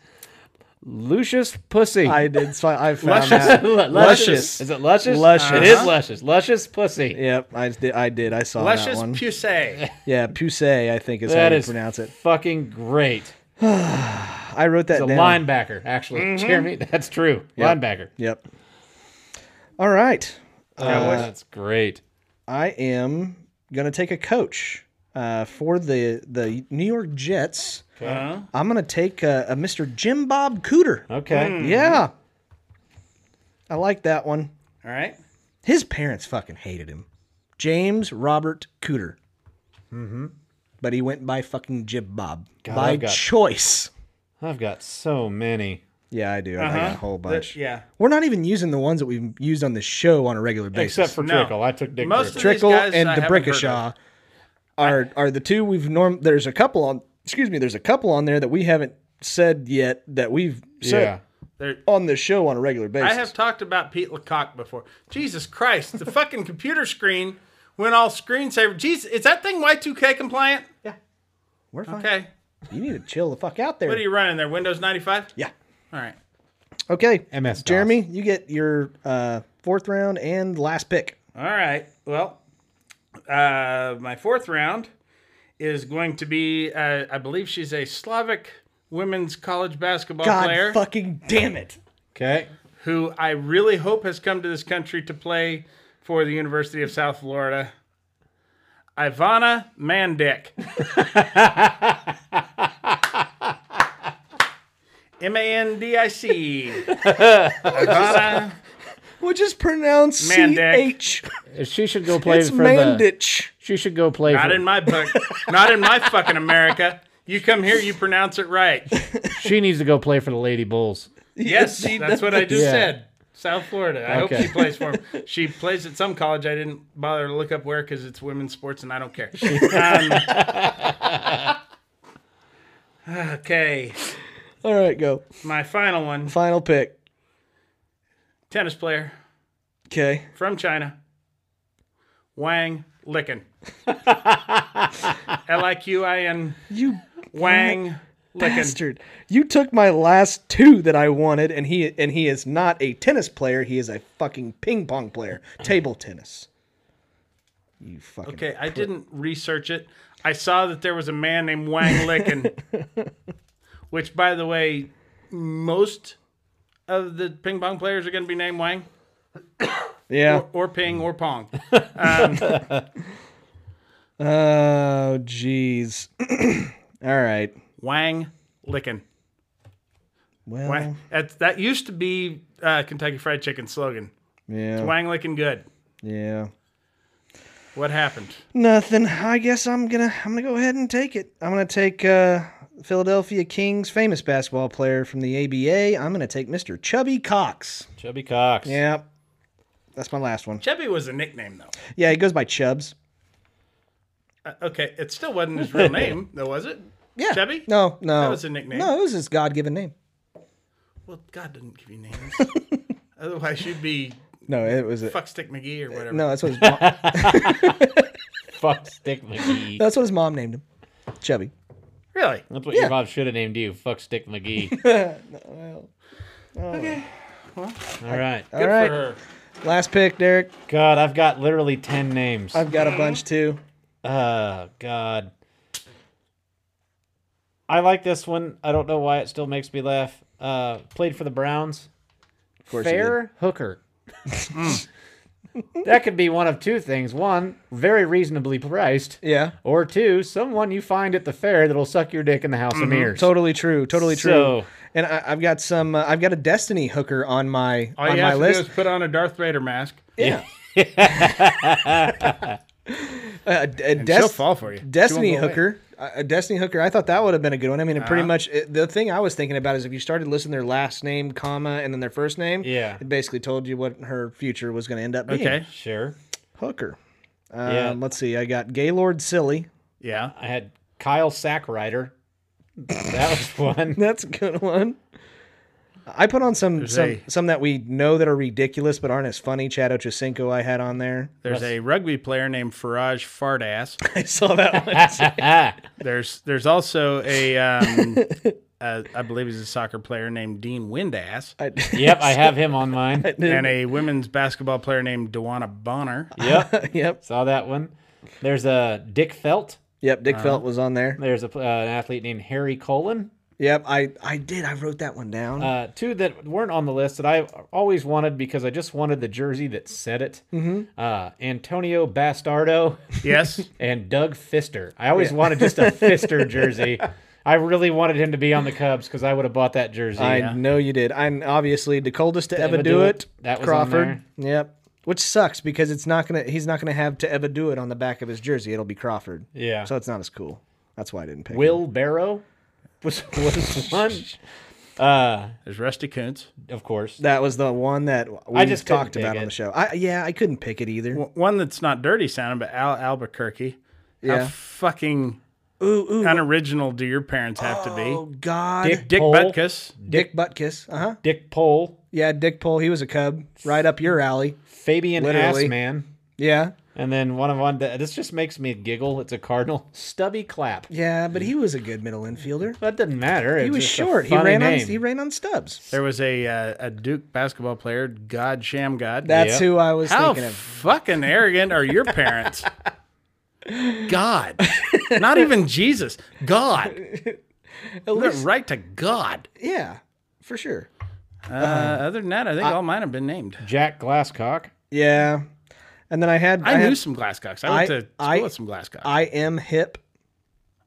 Lucius Pussy.
I did. So I found
luscious.
that.
luscious. Is it luscious?
Luscious.
It is luscious. Luscious Pussy.
Yep, I did. I did. I saw that
Luscious
one.
Pusey.
yeah, Puce, I think is
That
how you
is
pronounce it.
fucking great.
I wrote that
The
down.
linebacker, actually. Jeremy, that's true. Linebacker.
Yep. All right.
Uh, that's great.
I am gonna take a coach uh, for the the New York Jets.
Uh-huh.
I'm gonna take a, a Mr. Jim Bob Cooter.
Okay.
Mm-hmm.
Yeah, I like that one.
All right.
His parents fucking hated him, James Robert Cooter. Mm-hmm. But he went by fucking Jib Bob by
I've got-
choice.
Hmm.
I've got so many.
Yeah, I do. I got a whole
Uh-huh. That-
bunch.
yeah.
We're not even using the ones that we've used on the show on a regular basis.
Except for
No.
Trickle. I took Dick
Most
Trickle
of these
Trickle.
guys
and
I haven't heard of.
DeBrickashaw are are the two we've norm. There's a couple on. Excuse me. There's a couple on there that we haven't said yet that we've said
Yeah.
There-
on this show on a regular basis.
I have talked about Pete Lecoq before. Jesus Christ, the fucking computer screen went all screensaver. Jeez, is that thing Y2K compliant?
We're fine.
Okay.
You need to chill the fuck out there.
What are you running there? Windows 95?
yeah.
All right.
Okay.
MS-DOS.
Jeremy, you get your uh, fourth round and last pick.
All right. Well, uh, my fourth round is going to be, uh, I believe she's a Slavic women's college basketball
God
player
fucking damn it.
Okay.
who I really hope has come to this country to play for the University of South Florida. Ivana Mandic. M A N D I C. Ivana
Which is pronounced C
Mandic.
H.
Uh, She should go play
It's
for the.
Mandich.
She should go play
Not
for.
in my book. Not in my fucking America. You come here, you pronounce it right.
she needs to go play for the Lady Bulls.
Yes, that's what I just
Yeah.
said. South Florida. I hope
Okay.
she plays for him. She plays at some college. I didn't bother to look up where because it's women's sports and I don't care. Um, okay,
All right, go.
my final one.
Final pick.
Tennis player
Okay.
from China, Wang Licken. L I Q I N.
You
Wang Licken.
bastard. You took my last two that I wanted, and he and he is not a tennis player. He is a fucking ping pong player, table tennis. You fucking
Okay, I didn't research it. I saw that there was a man named Wang Licken, which, by the way, most of the ping pong players are going to be named Wang
yeah.
or Ping or Pong.
Oh jeez. All right.
Wang Licken.
Well,
Wang. That, that used to be uh, Kentucky Fried Chicken slogan.
yeah,
Wang Licken good.
yeah.
What happened?
Nothing. I guess I'm gonna I'm gonna go ahead and take it. I'm gonna take uh, Philadelphia Kings famous basketball player from the ABA. I'm gonna take Mr. Chubby Cox.
Chubby Cox.
Yeah, that's my last one.
Chubby was a nickname, though.
Yeah, he goes by Chubs.
Uh, okay, it still wasn't his real name, though, was it?
Yeah.
Chubby?
No, no.
That was a nickname.
No, it was his God given name.
Well, God didn't give you names. Otherwise, you'd be
No, it was a,
Fuckstick McGee or whatever.
no. That's what his mom,
Fuck Stick McGee.
that's what his mom named him, Chubby.
Really?
That's what your mom should have named you. Fuck Stick McGee.
Okay. Oh.
All right.
All right,
her.
last pick, Derek.
God, I've got literally 10 names.
I've got a bunch too.
Oh, God. I like this one. I don't know why it still makes me laugh. Uh, played for the Browns.
course you
Fair hooker. that could be one of two things. One, very reasonably priced.
Yeah,
Or two, someone you find at the fair that'll suck your dick in the house of mirrors.
totally true. Totally true.
So-
and I, I've got some. Uh, I've got a Destiny hooker on my
All
on
you
my
have to
list.
do is put on a Darth Vader mask.
Uh, d- a
She'll
Des-
fall for you.
Destiny
She won't go away. Uh-huh.
hooker. Uh, A Destiny hooker. I thought that would have been a good one. I mean, it pretty much it, the thing I was thinking about is if you started listing their last name, comma, and then their first name.
Yeah.
it basically told you what her future was going to end up being.
Okay.
Sure.
Hooker. Um,
Yeah.
Let's see. I got Gaylord Silly.
Yeah.
I had Kyle Sackrider. That was one.
That's a good one. I put on some some,
a-
some that we know that are ridiculous but aren't as funny. Chad Ochocinco I had on there.
There's a rugby player named Faraj Fardass.
I saw that one.
There's there's also a um, uh, I believe he's a soccer player named Dean Windass,
I,
Yep, I have him on mine.
and a women's basketball player named Dewana Bonner.
Yep,
yep.
saw that one. There's a Dick Felt.
Yep.
Uh-huh.
Dick Felt was on there.
There's a, uh, an athlete named Harry Colin.
Yep, I I did. I wrote that one down.
Uh, two that weren't on the list that I always wanted because I just wanted the jersey that said it.
Mm-hmm.
Uh, Antonio Bastardo
Yes,
and Doug Fister. I always wanted just a Fister jersey. I really wanted him to be on the Cubs because I would have bought that jersey.
I know you did. I'm obviously the coldest to, ever, do it.
That was
Crawford.
on
yep. Which sucks because it's not gonna. He's not gonna have to ever do it on the back of his jersey. It'll be Crawford.
Yeah.
So it's not as cool. That's why I didn't pick. it.
Will Barrow was, was one. Uh,
there's Rusty Kuntz.
of course.
That was the one that we
I
just
just couldn't
talked
pick
about on
it.
the show. I yeah, I couldn't pick it either.
W- One that's not dirty sounding, but Al Albuquerque. How
Yeah.
fucking
ooh ooh.
unoriginal do your parents have to
Oh
be?
God.
Dick,
Dick
Pole,
Butkus.
Dick Butkus. Uh huh.
Dick Pole,
Yeah, Dick Pole. He was a cub, right up your alley.
Fabian
Literally.
Assman,
Yeah,
and then one of one. That, this just makes me giggle. It's a Cardinal. Stubby Clap.
yeah, but he was a good middle infielder.
That doesn't matter.
He
it's
was
just a
short. He
funny
ran
name.
on he ran on stubs.
There was a uh, a Duke basketball player, God Sham God.
That's
Yep.
who I was
How
thinking of.
fucking arrogant are your parents? God, not even Jesus. God, They're right to God.
Yeah, for sure.
Uh, other than that, I think all mine have been named.
Jack Glasscock.
Yeah, and then I had
I,
I,
knew
had,
some Glasscocks. I went
I-
to school
I-
with some Glasscocks.
I am hip.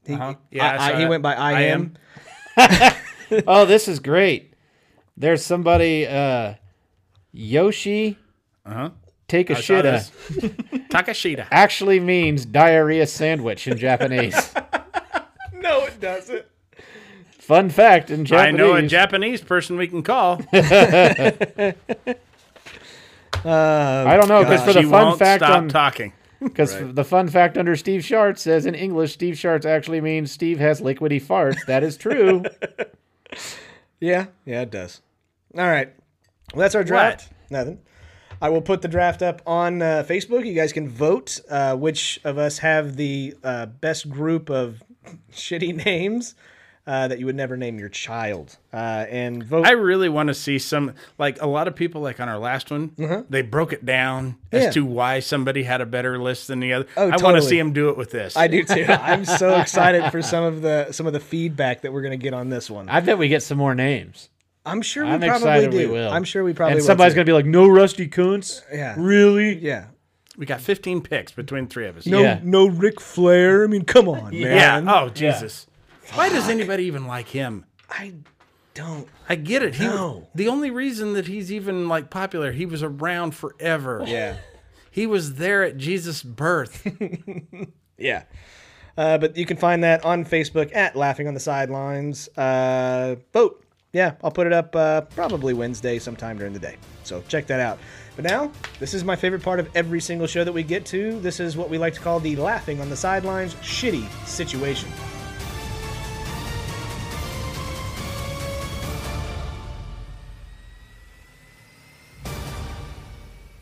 He,
Uh-huh.
yeah,
I saw
he
that.
went by I,
I
am.
am.
Oh, this is great. There's somebody. Uh, Yoshi.
Uh-huh.
Take a
I saw
shit.
this. Takashita.
Actually means diarrhea sandwich in Japanese.
No, it doesn't.
Fun fact in
I
Japanese.
know a Japanese person we can call.
Uh,
I don't know because for the
she
fun
won't
fact
stop
on
talking.
Because the fun fact under Steve Schartz says in English, Steve Schartz actually means Steve has liquidy farts. That is true.
Yeah, yeah, it does. All right, well, that's our draft. Nothing. I will put the draft up on uh, Facebook. You guys can vote uh, which of us have the uh, best group of shitty names uh, that you would never name your child. Uh, and vote.
I really want to see some, like a lot of people, like on our last one, they broke it down
Uh-huh.
as
Yeah. Oh,
to why somebody had a better list than the other. I want to
totally.
see them do it with this.
I do too. I'm so excited for some of the some of the feedback that we're gonna get on this one.
I bet we get some more names.
I'm sure we
I'm
probably
excited
do.
we will.
I'm sure we probably
And somebody's
will.
going to be like, no Rusty Kuntz?
Yeah.
Really?
too. yeah.
we got 15 picks between three of us.
No,
Yeah.
no Ric Flair. I mean, come on, man.
Yeah. Oh, Jesus. Why does anybody even like him?
I don't.
I get it. He
No.
the only reason that he's even like popular, he was around forever.
Yeah.
He was there at Jesus' birth.
Yeah. Uh, but you can find that on Facebook at Laughing on the Sidelines. Uh, vote. Yeah, I'll put it up uh, probably Wednesday sometime during the day. So check that out. But now, this is my favorite part of every single show that we get to. This is what we like to call the Laughing on the Sidelines shitty situation.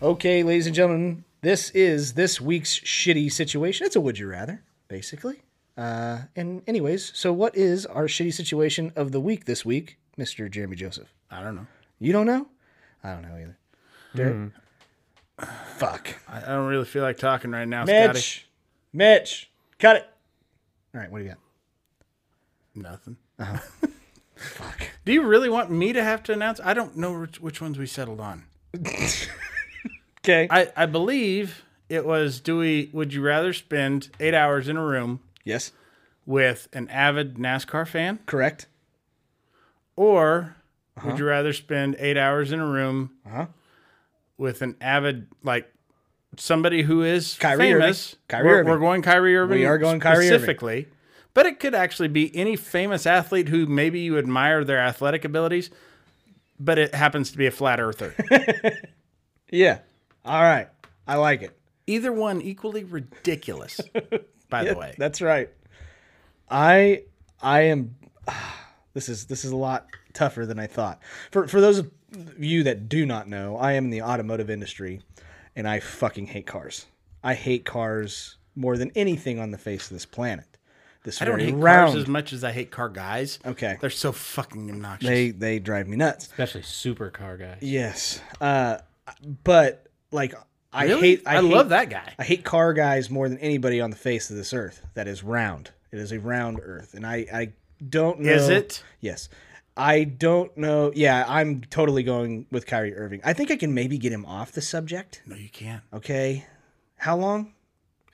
Okay, ladies and gentlemen, this is this week's shitty situation. It's a would you rather, basically. Uh, and anyways, so what is our shitty situation of the week this week, Mr. Jeremy Joseph?
I don't know.
You don't know? I don't know either. Derek? Fuck.
I, I don't really feel like talking right now, Scotty.
Mitch. Mitch. Cut it.
All right, what do you got?
Nothing.
Uh-huh.
Do you really want me to have to announce? I don't know which, which ones we settled on.
Okay.
I, I believe it was do we would you rather spend eight hours in a room
Yes.
with an avid NASCAR fan?
Correct.
Or
Uh-huh.
would you rather spend eight hours in a room with an avid like somebody who is
Kyrie Irving.
famous?
Kyrie
we're,
Irving.
we're going Kyrie Irving.
We are going Kyrie Irving.
specifically, but it could actually be any famous athlete who maybe you admire their athletic abilities, but it happens to be a flat earther.
Yeah. All right. I like it.
Either one equally ridiculous. By the way,
That's right. I I am this is this is a lot tougher than I thought. For for those of you that do not know, I am in the automotive industry and I fucking hate cars. I hate cars more than anything on the face of this planet. this
I don't
very
hate
round.
cars as much as I hate car guys.
Okay.
They're so fucking obnoxious.
they they drive me nuts.
especially supercar guys.
Yes. Uh, but like I
Really?
hate I,
I, love
hate-
that guy.
I hate car guys more than anybody on the face of this earth. That is round. It is a round earth, and I I don't know.
Is it?
Yes. I don't know. Yeah, I'm totally going with Kyrie Irving. I think I can maybe get him off the subject.
No, you can't.
Okay. How long?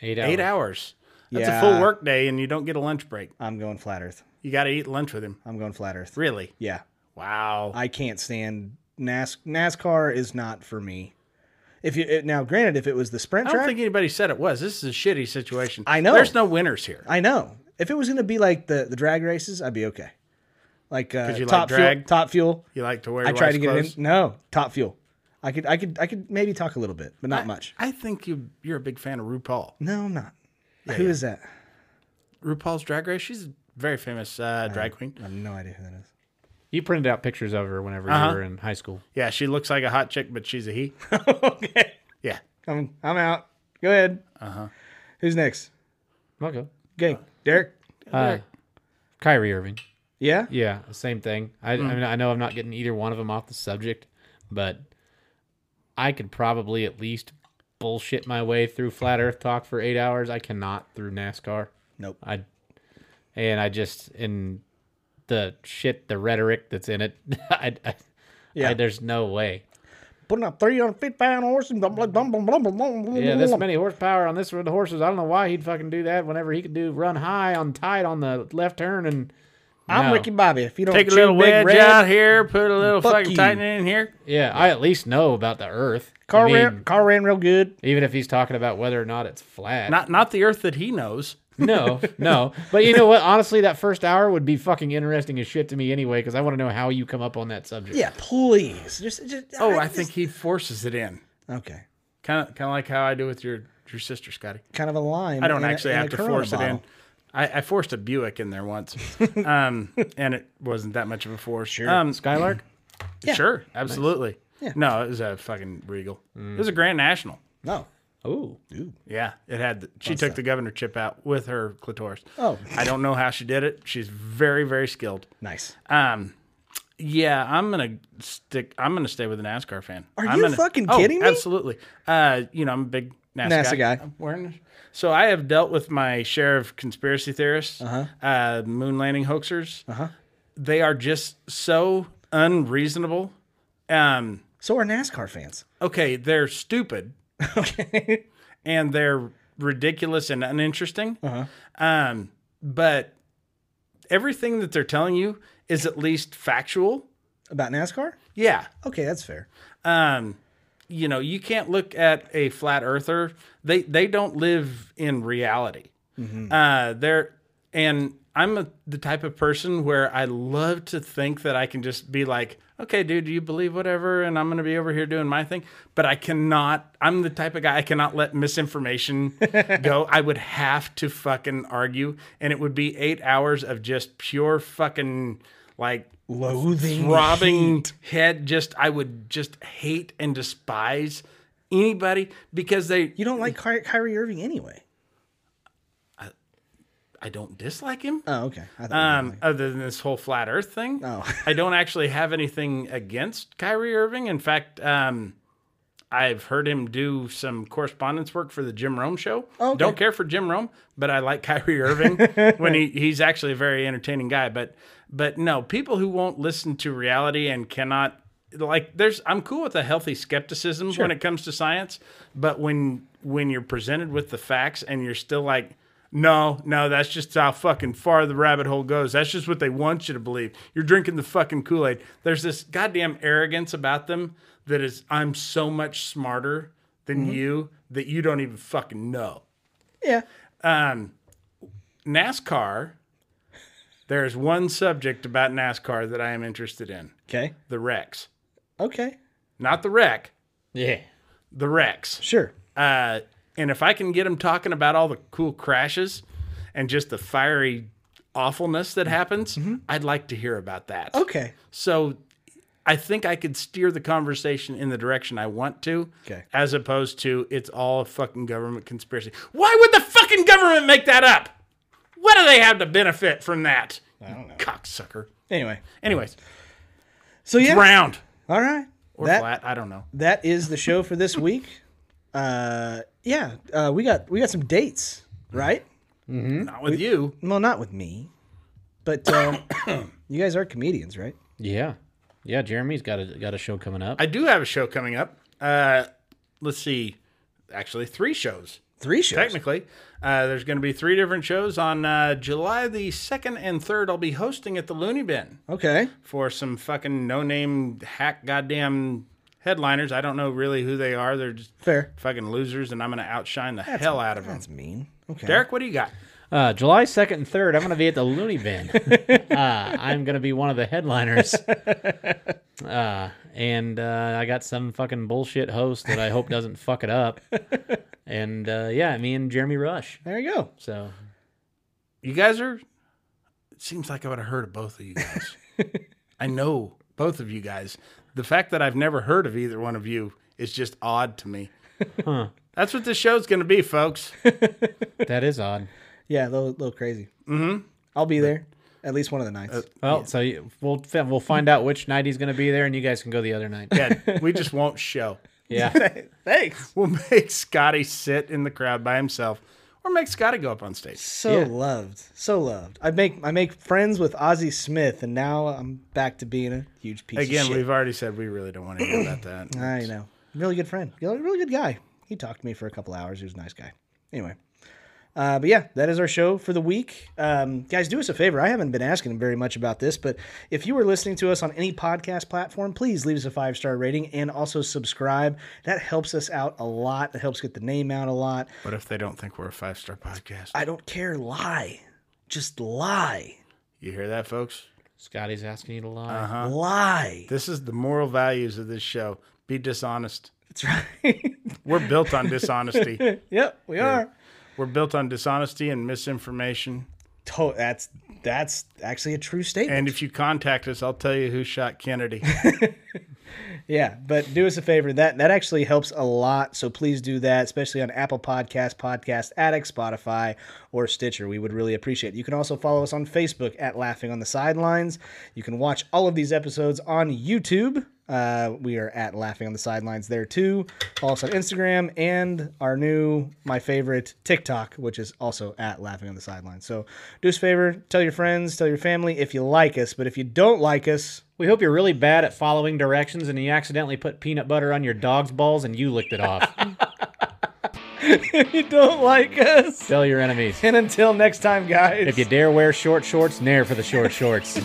Eight hours.
Eight hours. That's a full
Yeah.
work day and you don't get a lunch break.
I'm going flat earth.
You got to eat lunch with him.
I'm going flat earth.
Really?
Yeah.
Wow.
I can't stand NAS- NASCAR is not for me. If you it- now granted if it was the sprint
I don't
track,
think anybody said it was. This is a shitty situation.
I know.
There's no winners here.
I know. If it was going to be like the the drag races, I'd be okay. Like uh,
'Cause you like
top fuel,
drag?
top fuel.
You like to wear
I
your
tried
wife's
to get
clothes?
it in. No, top fuel. I could, I could, I could maybe talk a little bit, but not much.
I think you, you're a big fan of RuPaul.
No, I'm not. Who is that?
RuPaul's Drag Race. She's a very famous uh, drag queen.
I have no idea who that is.
You printed out pictures of her whenever you were in high school.
Yeah, she looks like a hot chick, but she's a he.
okay,
Yeah. Uh-huh.
I'm, I'm out. Go ahead. Uh huh. Who's next?
I'll go.
Okay, Derek.
Uh, Kyrie Irving.
Yeah.
Yeah, same thing. I, I mean, I know I'm not getting either one of them off the subject, but I could probably at least bullshit my way through flat Earth talk for eight hours. I cannot through NASCAR.
Nope.
I and I just in the shit, the rhetoric that's in it. I, I, yeah,
Yeah.
there's no way.
Putting up 350 pound horse and blah blah blah blah blah blah. blah,
Yeah, this
blah.
many horsepower on this the horses. I don't know why he'd fucking do that. Whenever he could do run high on tight on the left turn and
I'm
No.
Ricky Bobby. If you don't
Take a
chew
little
Big
wedge
Red,
out here, put a little
Fuck
fucking
you.
tightening in here.
yeah, I at least know about the Earth. I
car
mean,
ran, car ran real good.
even if he's talking about whether or not it's flat.
Not not the earth that he knows.
no, no. But you know what? Honestly, that first hour would be fucking interesting as shit to me anyway, because I want to know how you come up on that subject.
Yeah, please. Just, just
Oh, I think he forces it in.
Okay.
Kind of kind of like how I do with your your sister, Scotty.
Kind of a line.
I don't
in a-
actually
in a
have to
Corona
force it in.
bottle.
I, I forced a Buick in there once, um, and it wasn't that much of a force. Sure, um,
Skylark?
sure, absolutely. No, it was a fucking Regal. It was a Grand National.
No.
Oh.
Yeah, it had. The, she took the governor chip out with her clitoris.
Oh.
I don't know how she did it. She's very, very skilled.
Nice.
Um, yeah, I'm gonna stick. I'm gonna stay with a NASCAR fan.
Are
I'm
you
gonna-
fucking
oh,
kidding me?
Absolutely. Uh, you know, I'm a big NASA,
NASA
guy.
guy.
I'm wearing. So I have dealt with my share of conspiracy theorists, uh-huh. moon landing hoaxers. Uh-huh. They are just so unreasonable. Um,
So are NASCAR fans.
okay, they're stupid. and they're ridiculous and uninteresting.
Uh-huh.
Um, but everything that they're telling you is at least factual.
About NASCAR?
Yeah.
Okay, that's fair.
Um, you know, you can't look at a flat earther. They they don't live in reality. Uh, they're and I'm a, the type of person where I love to think that I can just be like, okay, dude, do you believe whatever? And I'm gonna be over here doing my thing. But I cannot. I'm the type of guy I cannot let misinformation go. I would have to fucking argue, and it would be eight hours of just pure fucking like
Loathing.
throbbing head. Just I would just hate and despise anybody because they.
You don't like Ky- Kyrie Irving anyway.
I don't dislike him.
Oh, okay. I thought you
Um, other than this whole flat Earth thing,
Oh.
I don't actually have anything against Kyrie Irving. In fact, um, I've heard him do some correspondence work for the Jim Rome show.
Oh, Okay.
Don't care for Jim Rome, but I like Kyrie Irving when he, he's actually a very entertaining guy. But but no, people who won't listen to reality and cannot like there's I'm cool with a healthy skepticism when it comes to science, but when when you're presented with the facts and you're still like no, no, that's just how fucking far the rabbit hole goes. That's just what they want you to believe. You're drinking the fucking Kool Aid. There's this goddamn arrogance about them that is, I'm so much smarter than you that you don't even fucking know.
Yeah.
Um, NASCAR, there's one subject about NASCAR that I am interested in
Okay.
the wrecks.
Okay.
Not the wreck,
Yeah.
the wrecks.
Sure.
Uh, and if I can get them talking about all the cool crashes and just the fiery awfulness that happens, I'd like to hear about that.
Okay.
So I think I could steer the conversation in the direction I want to,
Okay.
as opposed to it's all a fucking government conspiracy. Why would the fucking government make that up? What do they have to benefit from that? I don't know. Cocksucker.
Anyway,
Anyways,
so yeah,
round
all right.
or
that
flat. I don't know.
that is the show for this week. Uh, yeah, uh, we got we got some dates, right? Hmm?
Not with you.
Well, not with me, but uh, you guys are comedians, right?
Yeah, yeah. Jeremy's got a got a show coming up.
I do have a show coming up. Uh, let's see. Actually, three shows.
Three shows.
Technically, uh, there's going to be three different shows on uh, July the second and third. I'll be hosting at the Looney Bin
Okay.
for some fucking no-name hack goddamn headliners. I don't know really who they are. They're just
Fair.
fucking losers, and I'm going to outshine the hell out of them.
That's mean. Okay.
Derek, what do you got?
Uh, July 2nd and 3rd, I'm going to be at the Looney Bin. uh, I'm going to be one of the headliners. Uh, and uh, I got some fucking bullshit host that I hope doesn't fuck it up. And uh, yeah, me and Jeremy Rush.
There you go.
So
You guys are. It seems like I would have heard of both of you guys. I know both of you guys. The fact that I've never heard of either one of you is just odd to me. That's what this show's going to be, folks.
that is odd.
Yeah, a little, little crazy. Mm-hmm. I'll be there at least one of the nights.
Uh,
Well, so you, we'll fi- we'll find out which night he's going to be there, and you guys can go the other night.
Yeah, we just won't show.
Yeah.
Thanks. We'll make Scotty sit in the crowd by himself, or make Scotty go up on stage.
so loved, so loved. I make I make friends with Ozzy Smith, and now I'm back to being a huge piece
Again,
of shit.
we've already said we really don't want to hear about that.
I know. Really good friend. Really really good guy. He talked to me for a couple hours. He was a nice guy. Anyway. Uh, but yeah, that is our show for the week. Um, guys, do us a favor. I haven't been asking very much about this, but if you were listening to us on any podcast platform, please leave us a five star rating and also subscribe. That helps us out a lot. That helps get the name out a lot.
What if they don't think we're a five star podcast?
I don't care. Lie. Just lie.
You hear that, folks?
Scotty's asking you to lie.
Uh-huh. Lie.
This is the moral values of this show. Be dishonest.
That's right.
We're built on dishonesty.
yep, we are.
We're built on dishonesty and misinformation.
To- that's that's actually a true statement.
And if you contact us, I'll tell you who shot Kennedy.
Yeah, but do us a favor. That that actually helps a lot. So please do that, especially on Apple Podcast, Podcast Addict, Spotify, or Stitcher. We would really appreciate it. You can also follow us on Facebook at Laughing on the Sidelines. You can watch all of these episodes on YouTube. Uh, we are at Laughing on the Sidelines there too. Follow us on Instagram and our new, my favorite, TikTok, which is also at Laughing on the Sidelines. So do us a favor, tell your friends, tell your family if you like us. But if you don't like us,
We hope you're really bad at following directions, and you accidentally put peanut butter on your dog's balls, and you licked it off.
if you don't like us.
Tell your enemies.
And until next time, guys,
If you dare wear short shorts, nair for the short shorts.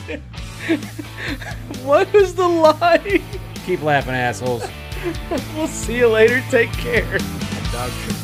what is the lie?
Keep laughing, assholes.
We'll see you later. Take care.
Dog shit.